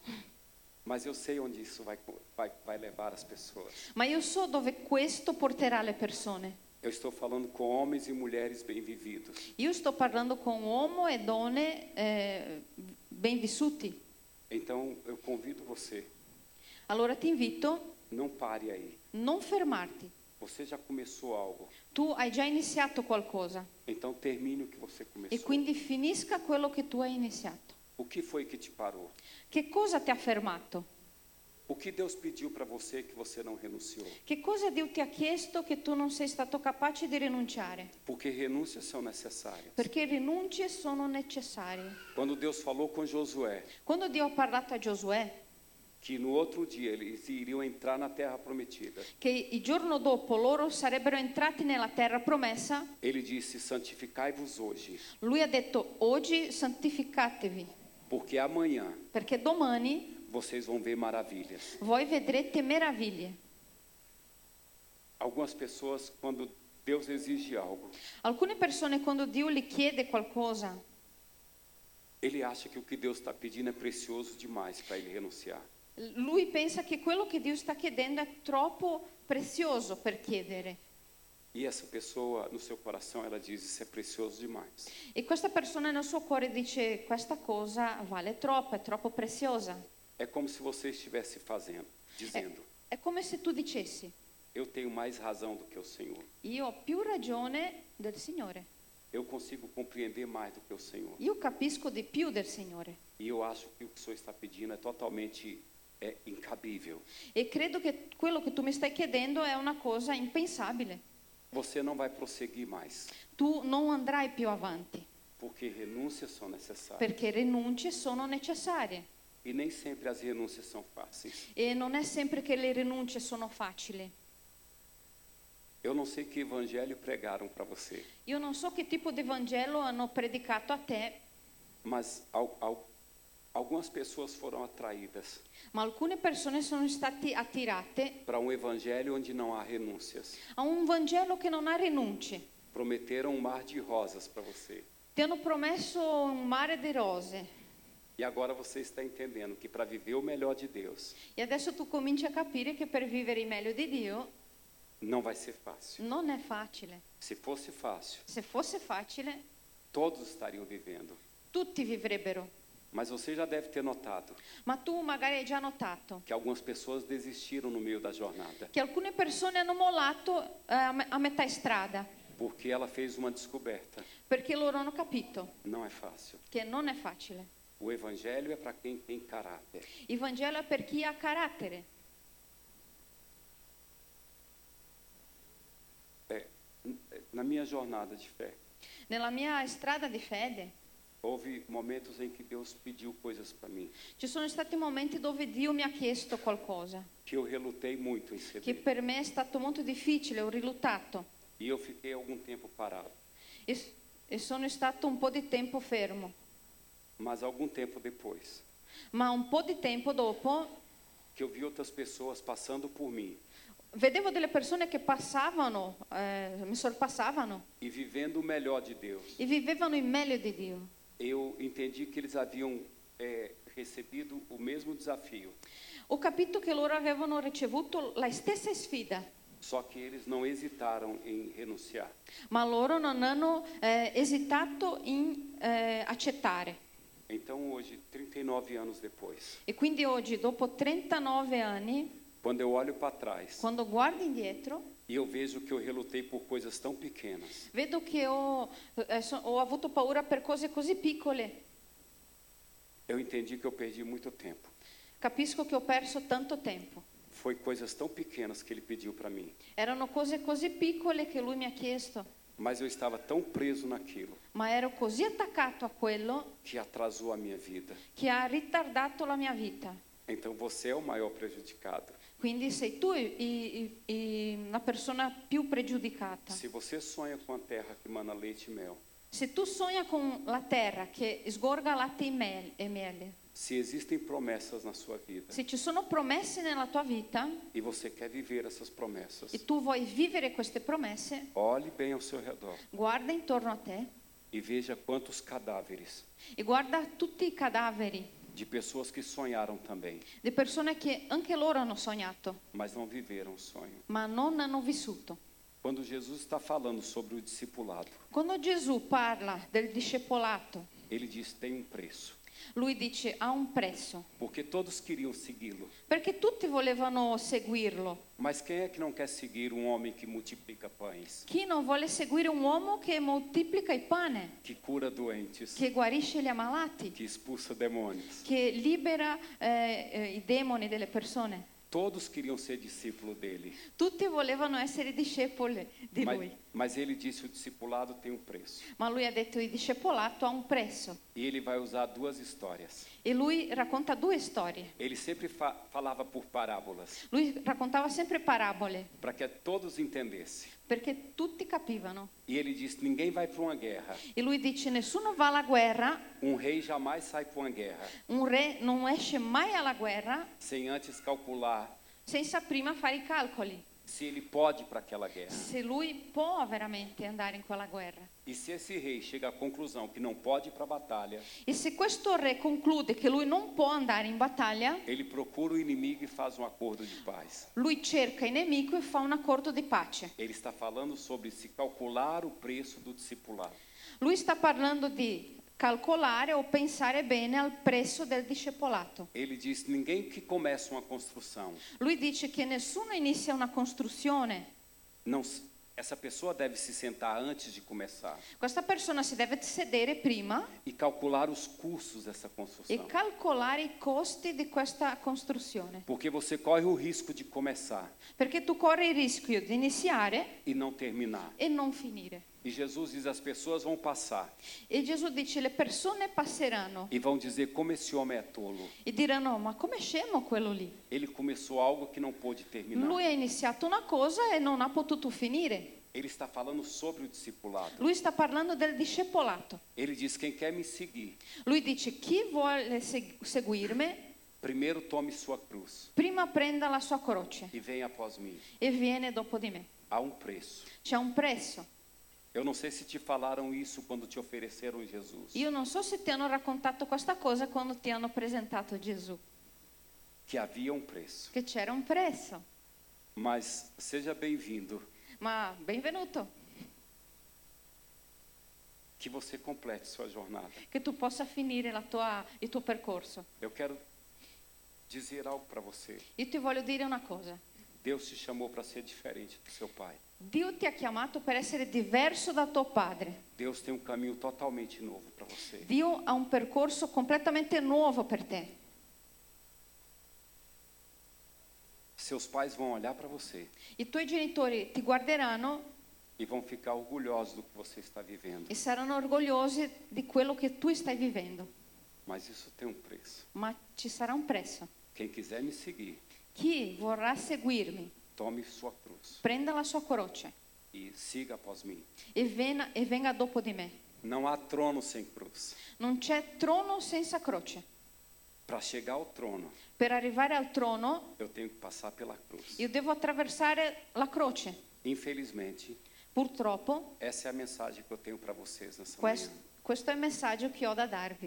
Speaker 2: Mas eu sei onde isso vai, vai, vai levar as pessoas.
Speaker 3: Ma io so dove questo porterà le persone.
Speaker 2: Eu estou falando com homens e mulheres bem vividos.
Speaker 3: Io sto parlando con uomo e donne eh, ben vissuti.
Speaker 2: Então eu convido você,
Speaker 3: Allora ti invito,
Speaker 2: não pare aí.
Speaker 3: non fermarti.
Speaker 2: Você já começou algo,
Speaker 3: Tu hai già iniziato qualcosa
Speaker 2: então termine o que você
Speaker 3: e
Speaker 2: começou.
Speaker 3: quindi finisca quello che tu hai iniziato.
Speaker 2: O que foi que te parou?
Speaker 3: Che cosa ti ha fermato?
Speaker 2: O que Deus pediu para você que você não renunciou?
Speaker 3: Che cosa Dio ti ha chiesto che tu non sei stato capace di rinunciare?
Speaker 2: Porque renúncias são necessárias.
Speaker 3: Perché rinunce sono necessarie.
Speaker 2: Quando Deus falou com Josué
Speaker 3: Quando Dio ha parlato a Giosuè,
Speaker 2: que no outro dia eles iriam entrar na terra prometida,
Speaker 3: che il giorno dopo loro sarebbero entrati nella terra promessa,
Speaker 2: ele disse: Santificai-vos hoje,
Speaker 3: lui ha detto oggi santificatevi,
Speaker 2: porque amanhã
Speaker 3: perché domani
Speaker 2: vocês vão ver maravilhas.
Speaker 3: voi vedrete meraviglie.
Speaker 2: Algumas pessoas, quando Deus exige algo,
Speaker 3: Alcune persone quando Dio gli chiede qualcosa,
Speaker 2: ele acha que o que Deus está pedindo é precioso demais para ele renunciar.
Speaker 3: lui pensa che quello che Dio sta chiedendo è troppo prezioso per chiedere.
Speaker 2: E essa pessoa, no seu coração, ela diz: Isso é precioso demais.
Speaker 3: E questa persona nel suo cuore dice questa cosa vale troppo, è troppo preziosa.
Speaker 2: É como se você estivesse fazendo, dizendo:
Speaker 3: È come se tu dicessi
Speaker 2: Eu tenho mais razão do que o Senhor.
Speaker 3: io ho più ragione del Signore,
Speaker 2: Eu consigo compreender mais do que o Senhor.
Speaker 3: io capisco di più del Signore
Speaker 2: E eu acho que o que o Senhor está pedindo é totalmente é incabível.
Speaker 3: e credo che quello che tu mi stai chiedendo è una cosa impensabile.
Speaker 2: Você não vai prosseguir mais,
Speaker 3: Tu non andrai più avanti
Speaker 2: porque renúncias são necessárias.
Speaker 3: perché rinunce sono necessarie
Speaker 2: E nem sempre as renúncias são fáceis.
Speaker 3: e non è sempre che le rinunce sono facili.
Speaker 2: Eu não sei que evangelho pregaram para você,
Speaker 3: Io non so che tipo di Vangelo hanno predicato a te,
Speaker 2: mas al, al, algumas pessoas foram atraídas
Speaker 3: ma alcune persone sono state attirate
Speaker 2: para um evangelho onde não há renúncias.
Speaker 3: a un Vangelo che non ha rinunce.
Speaker 2: Prometeram um mar de rosas para você.
Speaker 3: Ti hanno promesso un mare di rose
Speaker 2: E agora você está entendendo que para viver o melhor de Deus
Speaker 3: e adesso tu cominci a capire che per vivere il meglio di Dio
Speaker 2: não vai ser fácil.
Speaker 3: non è facile.
Speaker 2: Se fosse fácil,
Speaker 3: Se fosse facile,
Speaker 2: todos estariam vivendo.
Speaker 3: tutti vivrebbero.
Speaker 2: Mas você já deve ter notado
Speaker 3: Ma tu magari hai già notato
Speaker 2: que algumas pessoas desistiram no meio da jornada,
Speaker 3: che alcune persone hanno mollato eh, a me- a metà strada
Speaker 2: porque ela fez uma descoberta.
Speaker 3: perché loro hanno capito
Speaker 2: Não é fácil.
Speaker 3: che non è facile.
Speaker 2: O evangelho é para quem tem caráter.
Speaker 3: Il Vangelo è per chi ha carattere.
Speaker 2: É, n- na minha jornada de fé,
Speaker 3: Nella mia strada di fede
Speaker 2: houve momentos em que Deus pediu coisas para mim
Speaker 3: ci sono stati momenti dove Dio mi ha chiesto qualcosa
Speaker 2: que eu relutei muito em
Speaker 3: che
Speaker 2: ceder.
Speaker 3: per me è stato molto difficile, ho riluttato
Speaker 2: E eu fiquei algum tempo parado.
Speaker 3: e, s- e sono stato un po' di tempo fermo.
Speaker 2: Mas algum tempo depois,
Speaker 3: Ma un po' di tempo dopo
Speaker 2: que eu vi outras pessoas passando por mim
Speaker 3: vedevo delle persone che passavano, eh, mi sorpassavano
Speaker 2: e vivendo o melhor de Deus,
Speaker 3: e vivevano in meglio di Dio.
Speaker 2: eu entendi que eles haviam é, recebido o mesmo desafio
Speaker 3: Ho capito che loro avevano ricevuto la stessa sfida,
Speaker 2: Só que eles não hesitaram em renunciar.
Speaker 3: ma loro non hanno eh, esitato in eh, accettare.
Speaker 2: Então, hoje, 39 anos depois,
Speaker 3: E quindi oggi, dopo 39 anni,
Speaker 2: quando eu olho para trás
Speaker 3: quando guardi indietro
Speaker 2: e E eu vejo que eu relutei por coisas tão pequenas.
Speaker 3: Vedo che ho, eh, so- ho avuto paura per cose così piccole.
Speaker 2: Eu entendi que eu perdi muito tempo.
Speaker 3: Capisco che ho perso tanto tempo.
Speaker 2: Foi coisas tão pequenas que ele pediu para mim,
Speaker 3: Erano cose così piccole che lui mi ha chiesto,
Speaker 2: mas eu estava tão preso naquilo
Speaker 3: ma ero così attaccato a quello
Speaker 2: que atrasou a minha vida.
Speaker 3: che ha ritardato la mia vita.
Speaker 2: Então você é o maior prejudicado.
Speaker 3: Quindi sei tu i- i- i- la persona più pregiudicata.
Speaker 2: Se você sonha com a terra que mana leite e mel,
Speaker 3: Se tu sogna con la terra che sgorga latte e mel- e miele,
Speaker 2: se existem promessas na sua vida
Speaker 3: se ci sono promesse nella tua vita
Speaker 2: e você quer viver essas promessas,
Speaker 3: e tu vuoi vivere queste promesse,
Speaker 2: olhe bem ao seu redor
Speaker 3: guarda intorno a te
Speaker 2: e veja quantos cadáveres
Speaker 3: e guarda tutti i cadaveri
Speaker 2: de pessoas que sonharam também,
Speaker 3: di persone che anche loro hanno sognato,
Speaker 2: mas não viveram o sonho.
Speaker 3: ma non hanno vissuto.
Speaker 2: Quando Jesus está falando sobre o discipulado,
Speaker 3: Quando Gesù parla del discepolato,
Speaker 2: ele diz: tem um preço,
Speaker 3: lui dice ha un prezzo,
Speaker 2: porque todos queriam segui-lo.
Speaker 3: perché tutti volevano seguirlo.
Speaker 2: Mas quem é que não quer seguir um homem que multiplica pães,
Speaker 3: Chi non vuole seguire un uomo che moltiplica il pane,
Speaker 2: que cura doentes,
Speaker 3: che guarisce gli ammalati,
Speaker 2: que expulsa demônios?
Speaker 3: che libera eh, eh, i demoni delle persone?
Speaker 2: Todos queriam ser discípulo dele,
Speaker 3: Tutti volevano essere discepoli di
Speaker 2: mas,
Speaker 3: lui,
Speaker 2: mas ele disse: o discipulado tem um preço.
Speaker 3: ma lui ha detto il discepolato ha un prezzo.
Speaker 2: E ele vai usar duas histórias.
Speaker 3: E lui racconta due storie.
Speaker 2: Ele sempre fa- falava por parábolas,
Speaker 3: Lui raccontava sempre parabole
Speaker 2: para que todos entendessem.
Speaker 3: perché tutti capivano.
Speaker 2: E ele disse: ninguém vai para uma guerra.
Speaker 3: E lui dice nessuno va alla guerra,
Speaker 2: Um rei jamais sai para uma guerra
Speaker 3: un re non esce mai alla guerra
Speaker 2: sem antes calcular
Speaker 3: senza prima fare i calcoli,
Speaker 2: se ele pode para aquela guerra.
Speaker 3: se lui può veramente andare in quella guerra.
Speaker 2: E se esse rei chega à conclusão que não pode ir para a batalha,
Speaker 3: E se questo re conclude che lui non può andare in battaglia,
Speaker 2: ele procura o inimigo e faz um acordo de paz.
Speaker 3: Lui cerca il nemico e fa un accordo di pace.
Speaker 2: Ele está falando sobre se calcular o preço do discipulado.
Speaker 3: Lui sta parlando di calcolare o pensare bene al prezzo del discepolato.
Speaker 2: Ele diz: ninguém que começa uma construção,
Speaker 3: Lui dice che nessuno inizia una costruzione.
Speaker 2: não, s- essa pessoa deve se sentar antes de começar
Speaker 3: Questa persona si deve sedere prima
Speaker 2: e calcular os custos dessa
Speaker 3: e
Speaker 2: construção.
Speaker 3: calcolare i costi di questa costruzione.
Speaker 2: Porque você corre o risco de começar
Speaker 3: Perché tu corri il rischio di iniziare
Speaker 2: e não terminar.
Speaker 3: e non finire.
Speaker 2: E Jesus diz: as pessoas vão passar
Speaker 3: E Gesù dice le persone passeranno
Speaker 2: e vão dizer como esse homem é tolo.
Speaker 3: e diranno ma come scemo quello lì?
Speaker 2: Ele começou algo que não pôde terminar.
Speaker 3: Lui ha iniziato una cosa e non ha potuto finire.
Speaker 2: Ele está falando sobre o discipulado.
Speaker 3: Lui sta parlando del discepolato.
Speaker 2: Ele diz: quem quer me seguir,
Speaker 3: Lui dice chi vuole seg- seguirmi,
Speaker 2: primeiro tome sua cruz
Speaker 3: prima prenda la sua croce
Speaker 2: e venha após mim.
Speaker 3: e viene dopo di me.
Speaker 2: Há um preço.
Speaker 3: C'è un prezzo.
Speaker 2: Eu não sei se te falaram isso quando te ofereceram Jesus,
Speaker 3: Io non so se ti hanno raccontato questa cosa quando ti hanno presentato Gesù,
Speaker 2: que havia um preço.
Speaker 3: che c'era un prezzo.
Speaker 2: Mas seja bem-vindo,
Speaker 3: Ma benvenuto,
Speaker 2: que você complete sua jornada.
Speaker 3: che tu possa finire la tua- il tuo percorso.
Speaker 2: Eu quero dizer algo para você.
Speaker 3: Io ti voglio dire una cosa.
Speaker 2: Deus te chamou para ser diferente do seu pai.
Speaker 3: Dio ti ha chiamato per essere diverso da tuo padre.
Speaker 2: Deus tem um caminho totalmente novo para você.
Speaker 3: Dio ha un percorso completamente nuovo per te.
Speaker 2: Seus pais vão olhar para você
Speaker 3: I tuoi genitori ti guarderanno
Speaker 2: e vão ficar orgulhosos do que você está vivendo.
Speaker 3: e saranno orgogliosi di quello che tu stai vivendo,
Speaker 2: Mas isso tem um preço.
Speaker 3: ma ci sarà un prezzo.
Speaker 2: Quem quiser me seguir,
Speaker 3: Chi vorrà seguirmi,
Speaker 2: tome sua cruz
Speaker 3: prenda la sua croce
Speaker 2: e siga após mim.
Speaker 3: e, vena- e venga dopo di me.
Speaker 2: Não há trono sem cruz.
Speaker 3: Non c'è trono senza croce.
Speaker 2: Para chegar ao trono,
Speaker 3: Per arrivare al trono
Speaker 2: eu tenho que passar pela cruz.
Speaker 3: io devo attraversare la croce.
Speaker 2: Infelizmente,
Speaker 3: Purtroppo
Speaker 2: essa é a mensagem que eu tenho para vocês nessa
Speaker 3: quest-
Speaker 2: manhã.
Speaker 3: questo è il messaggio che ho da darvi.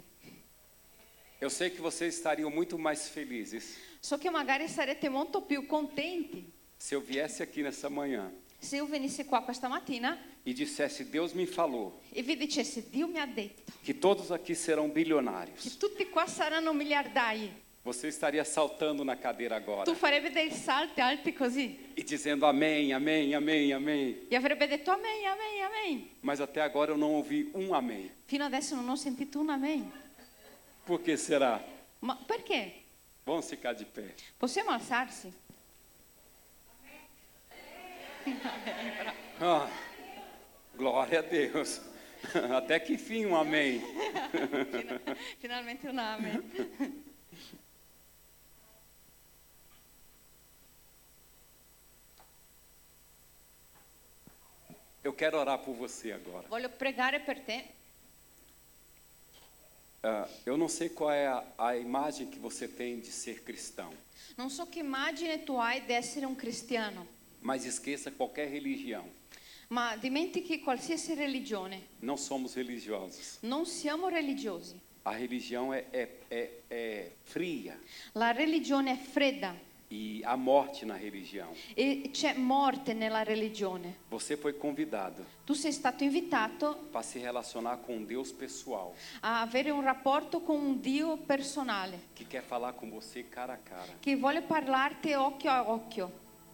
Speaker 2: Eu sei que vocês estariam muito mais felizes
Speaker 3: So che magari sarete molto più contenti
Speaker 2: se eu viesse aqui nessa manhã
Speaker 3: se io venissi qua questa mattina
Speaker 2: e dissesse: Deus me falou
Speaker 3: e vi dicessi Dio mi ha detto
Speaker 2: que todos aqui serão
Speaker 3: che
Speaker 2: bilionários.
Speaker 3: tutti qua saranno miliardari.
Speaker 2: Você estaria saltando na cadeira agora
Speaker 3: Tu farebbe dei salti alti così
Speaker 2: e dizendo amém, amém, amém, amém.
Speaker 3: e avrebbe detto amen, amen, amen.
Speaker 2: Mas até agora eu não ouvi um amém.
Speaker 3: Fino adesso non ho sentito un amen.
Speaker 2: Por que será?
Speaker 3: Ma perché?
Speaker 2: Vamos ficar de pé.
Speaker 3: Possiamo alzarsi?
Speaker 2: Ah, glória a Deus. Até que fim um amém.
Speaker 3: Finalmente un amen.
Speaker 2: Eu quero orar por você agora.
Speaker 3: Voglio pregare per te.
Speaker 2: Ah, eu não sei qual é a, a imagem que você tem de ser cristão,
Speaker 3: Non so che immagine tu hai di essere un cristiano,
Speaker 2: mas esqueça qualquer religião.
Speaker 3: ma dimentichi qualsiasi religione.
Speaker 2: Não somos religiosos.
Speaker 3: Non siamo religiosi.
Speaker 2: A religião é, é, é, é fria
Speaker 3: La religione è fredda
Speaker 2: e há morte na religião.
Speaker 3: e c'è morte nella religione.
Speaker 2: Você foi convidado
Speaker 3: Tu sei stato invitato
Speaker 2: para se relacionar com um Deus pessoal
Speaker 3: a avere un rapporto con un Dio personale
Speaker 2: que quer falar com você cara a cara.
Speaker 3: che vuole parlarti occhio a occhio.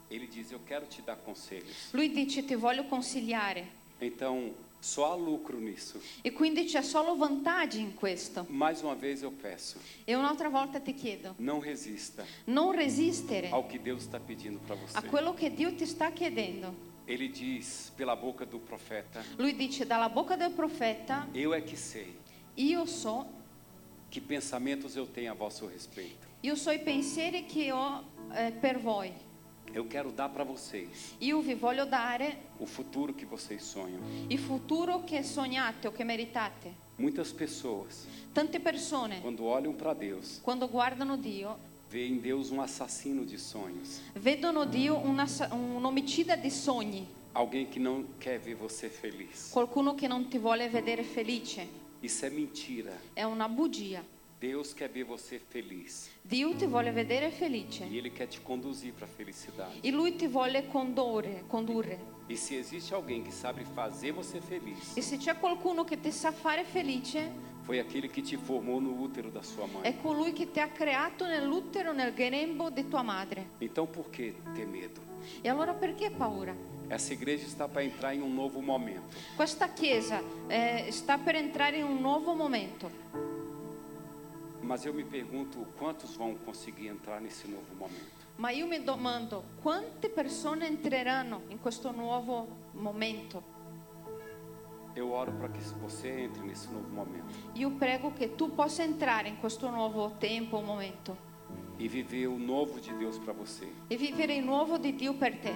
Speaker 2: Ele diz: Eu quero te dar conselhos.
Speaker 3: Lui dice ti voglio consigliare
Speaker 2: Então, só há lucro nisso.
Speaker 3: e quindi c'è solo vantaggio in questo.
Speaker 2: Mais uma vez eu peço,
Speaker 3: E un'altra volta ti chiedo,
Speaker 2: não resista
Speaker 3: non resistere
Speaker 2: ao que Deus está pedindo para você.
Speaker 3: a quello che Dio ti sta chiedendo.
Speaker 2: Ele diz pela boca do profeta:
Speaker 3: Lui dice dalla bocca del profeta,
Speaker 2: Eu é que sei
Speaker 3: io so,
Speaker 2: que pensamentos eu tenho a vosso respeito.
Speaker 3: io so i pensieri che ho eh, per voi.
Speaker 2: Eu quero dar para vocês
Speaker 3: Io vi voglio dare
Speaker 2: o futuro que vocês sonham.
Speaker 3: il futuro che sognate o che meritate.
Speaker 2: Muitas pessoas,
Speaker 3: Tante persone,
Speaker 2: quando olham para Deus,
Speaker 3: quando guardano Dio,
Speaker 2: veem em Deus um assassino de sonhos,
Speaker 3: vedono Dio un, ass- un omicida di sogni,
Speaker 2: alguém que não quer ver você feliz.
Speaker 3: qualcuno che non ti vuole vedere felice.
Speaker 2: Isso é mentira.
Speaker 3: È una bugia.
Speaker 2: Deus quer ver você feliz
Speaker 3: Dio ti vuole vedere felice
Speaker 2: e Ele quer te conduzir para a felicidade.
Speaker 3: e Lui ti vuole condurre. condurre.
Speaker 2: E se existe alguém que sabe fazer você feliz,
Speaker 3: E se c'è qualcuno che ti sa fare felice,
Speaker 2: foi aquele que te formou no útero da sua
Speaker 3: è
Speaker 2: mãe.
Speaker 3: colui che ti ha creato nell'utero, nel grembo di tua madre.
Speaker 2: Então por que ter medo?
Speaker 3: E allora perché paura?
Speaker 2: Essa igreja está para entrar em um novo momento.
Speaker 3: Questa chiesa eh, sta per entrare in un nuovo momento,
Speaker 2: Mas eu me pergunto quantos vão conseguir entrar nesse novo momento.
Speaker 3: ma io mi domando quante persone entreranno in questo nuovo momento.
Speaker 2: Eu oro para que você entre nesse novo momento
Speaker 3: Io prego che tu possa entrare in questo nuovo tempo, momento
Speaker 2: e viver o novo de Deus para você.
Speaker 3: e vivere il nuovo di Dio per te.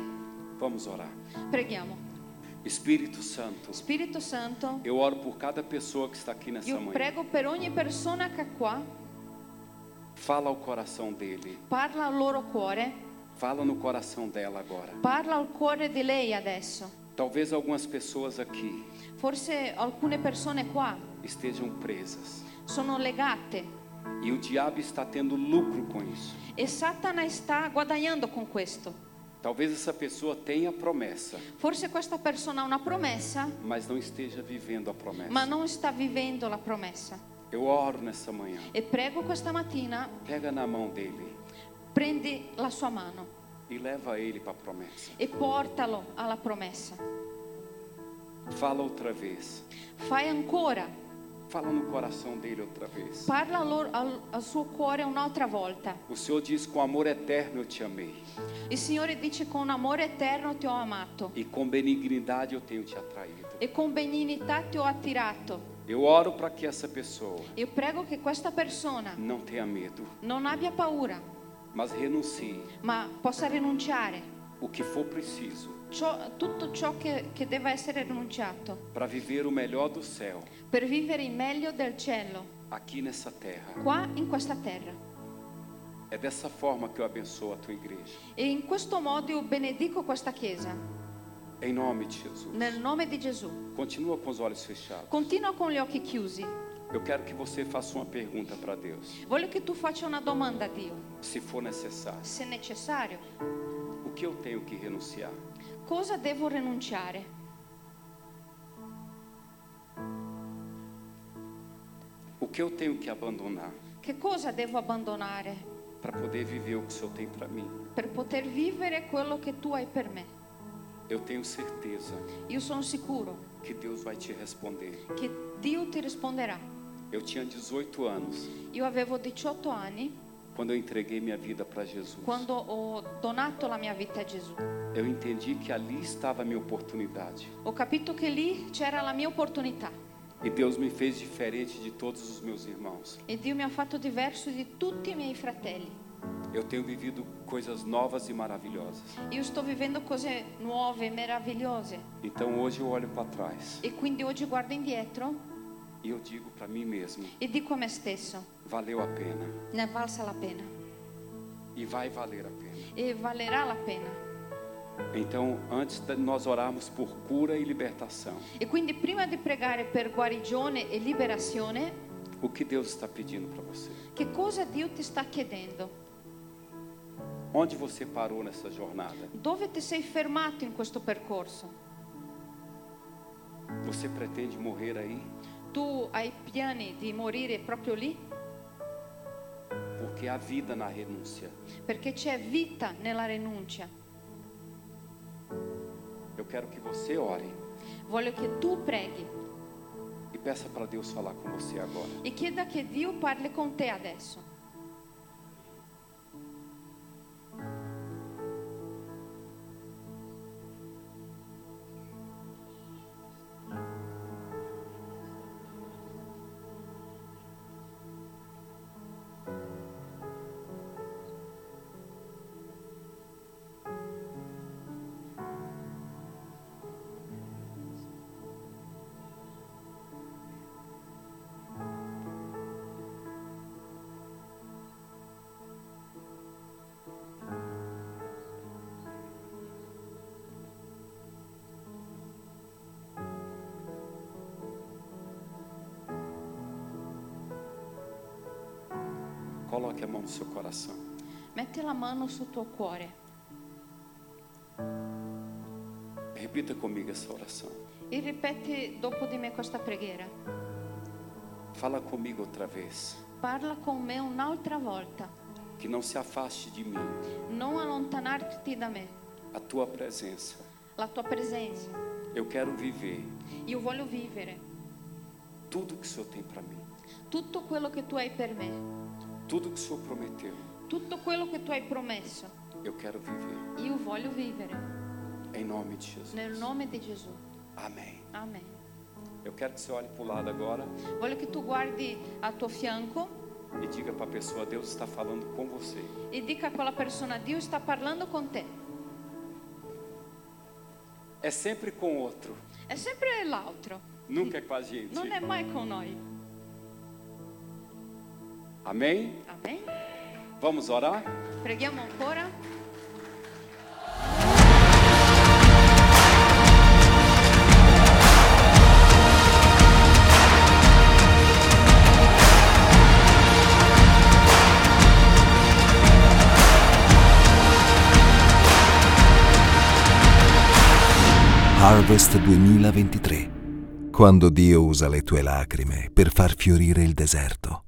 Speaker 2: Vamos orar.
Speaker 3: Preghiamo.
Speaker 2: Espírito Santo,
Speaker 3: Spirito Santo,
Speaker 2: eu oro por cada pessoa que está aqui nessa
Speaker 3: io
Speaker 2: manhã.
Speaker 3: prego per ogni persona che è qua,
Speaker 2: Fala ao coração dele.
Speaker 3: parla al loro cuore,
Speaker 2: Fala no coração dela agora.
Speaker 3: parla al cuore di lei adesso.
Speaker 2: Talvez algumas pessoas aqui
Speaker 3: Forse alcune persone qua
Speaker 2: estejam presas.
Speaker 3: sono legate
Speaker 2: E o diabo está tendo lucro com isso.
Speaker 3: E Satana sta guadagnando con questo.
Speaker 2: Talvez essa pessoa tenha a promessa,
Speaker 3: Forse questa persona ha una promessa,
Speaker 2: mas não esteja vivendo a promessa.
Speaker 3: ma non sta vivendo la promessa.
Speaker 2: Eu oro nessa manhã.
Speaker 3: E prego questa mattina,
Speaker 2: Pega na mão dele
Speaker 3: prendi la sua mano
Speaker 2: e leva ele para a promessa.
Speaker 3: e portalo alla promessa.
Speaker 2: Fala outra vez.
Speaker 3: Fai ancora,
Speaker 2: Fala no coração dele outra vez.
Speaker 3: parla loro- al, al suo cuore un'altra volta.
Speaker 2: O Senhor diz: Com amor eterno eu te amei,
Speaker 3: Il Signore dice con amore eterno ti ho amato
Speaker 2: e com benignidade eu tenho te atraído.
Speaker 3: e con benignità ti ho attirato.
Speaker 2: Eu oro para que essa pessoa
Speaker 3: Io prego che questa persona
Speaker 2: não tenha medo,
Speaker 3: non abbia paura,
Speaker 2: mas renuncie
Speaker 3: ma possa rinunciare
Speaker 2: o que for preciso
Speaker 3: ciò- tutto ciò che, che deve essere rinunciato
Speaker 2: para viver o melhor do céu
Speaker 3: per vivere il meglio del cielo,
Speaker 2: aqui nessa terra.
Speaker 3: qua in questa terra.
Speaker 2: É dessa forma que eu abençoo a tua igreja.
Speaker 3: E in questo modo io benedico questa chiesa,
Speaker 2: Em nome de Jesus.
Speaker 3: nel nome di Gesù.
Speaker 2: Continua com os olhos fechados.
Speaker 3: Continua con gli occhi chiusi.
Speaker 2: Eu quero que você faça uma pergunta para Deus,
Speaker 3: Voglio che tu faccia una domanda a Dio,
Speaker 2: se for necessário.
Speaker 3: se necessario.
Speaker 2: O que eu tenho que renunciar?
Speaker 3: Cosa devo rinunciare?
Speaker 2: O que eu tenho que abandonar?
Speaker 3: Che cosa devo abbandonare
Speaker 2: para poder viver o que o Senhor tem para mim.
Speaker 3: per poter vivere quello che tu hai per me?
Speaker 2: Eu tenho certeza
Speaker 3: Io sono sicuro
Speaker 2: que Deus vai te responder.
Speaker 3: che Dio ti risponderà.
Speaker 2: Eu tinha 18 anos
Speaker 3: Io avevo 18 anni
Speaker 2: quando eu entreguei minha vida para Jesus.
Speaker 3: quando ho donato la mia vita a Gesù.
Speaker 2: Eu entendi que ali estava a minha oportunidade.
Speaker 3: Ho capito che lì c'era la mia opportunità
Speaker 2: E Deus me fez diferente de todos os meus irmãos.
Speaker 3: e Dio mi ha fatto diverso di tutti i miei fratelli.
Speaker 2: Eu tenho vivido coisas novas e maravilhosas.
Speaker 3: Io sto vivendo cose nuove, meravigliose
Speaker 2: Então hoje eu olho para trás
Speaker 3: e quindi oggi guardo indietro
Speaker 2: e eu digo para mim mesmo:
Speaker 3: e dico a me stesso,
Speaker 2: valeu a pena
Speaker 3: ne è valsa la pena
Speaker 2: e vai valer a pena.
Speaker 3: e valerà la pena.
Speaker 2: Então, antes de nós orarmos por cura e libertação,
Speaker 3: E quindi prima di pregare per guarigione e liberazione,
Speaker 2: o que Deus está pedindo para você?
Speaker 3: che cosa Dio ti sta chiedendo?
Speaker 2: Onde você parou nessa jornada?
Speaker 3: Dove ti sei fermato in questo percorso?
Speaker 2: Você pretende morrer aí?
Speaker 3: Tu hai piani di morire proprio lì?
Speaker 2: Porque há vida na renúncia.
Speaker 3: Perché c'è vita nella rinuncia.
Speaker 2: Eu quero que você ore
Speaker 3: Voglio che tu preghi
Speaker 2: e peça para Deus falar com você agora.
Speaker 3: e chieda che Dio parli con te adesso.
Speaker 2: Coloque a mão no seu coração.
Speaker 3: Metti la mano sul tuo cuore
Speaker 2: Repita comigo essa oração.
Speaker 3: e ripeti dopo di me questa preghiera.
Speaker 2: Fala comigo outra vez.
Speaker 3: Parla con me un'altra volta.
Speaker 2: Que não se afaste de mim
Speaker 3: Non allontanarti da me,
Speaker 2: a tua presença.
Speaker 3: la tua presenza.
Speaker 2: Eu quero viver
Speaker 3: Io voglio vivere
Speaker 2: tudo que o Senhor tem para mim.
Speaker 3: tutto quello che tu hai per me,
Speaker 2: Tudo que o Senhor prometeu.
Speaker 3: tutto quello che tu hai promesso.
Speaker 2: Eu quero viver.
Speaker 3: Io voglio vivere
Speaker 2: Em nome de Jesus.
Speaker 3: nel nome di Gesù.
Speaker 2: Amém.
Speaker 3: Amen.
Speaker 2: Eu quero que você olhe para o lado agora
Speaker 3: Voglio che tu guardi a tuo fianco
Speaker 2: e diga para a pessoa: Deus está falando com você.
Speaker 3: e dica a quella persona, Dio sta parlando con te.
Speaker 2: É sempre com outro,
Speaker 3: È sempre l'altro,
Speaker 2: nunca é com a gente.
Speaker 3: non è mai con noi.
Speaker 2: Amém?
Speaker 3: Amen.
Speaker 2: Vamos orar?
Speaker 3: Preghiamo ancora.
Speaker 1: Harvest 2023. Quando Dio usa le tue lacrime per far fiorire il deserto.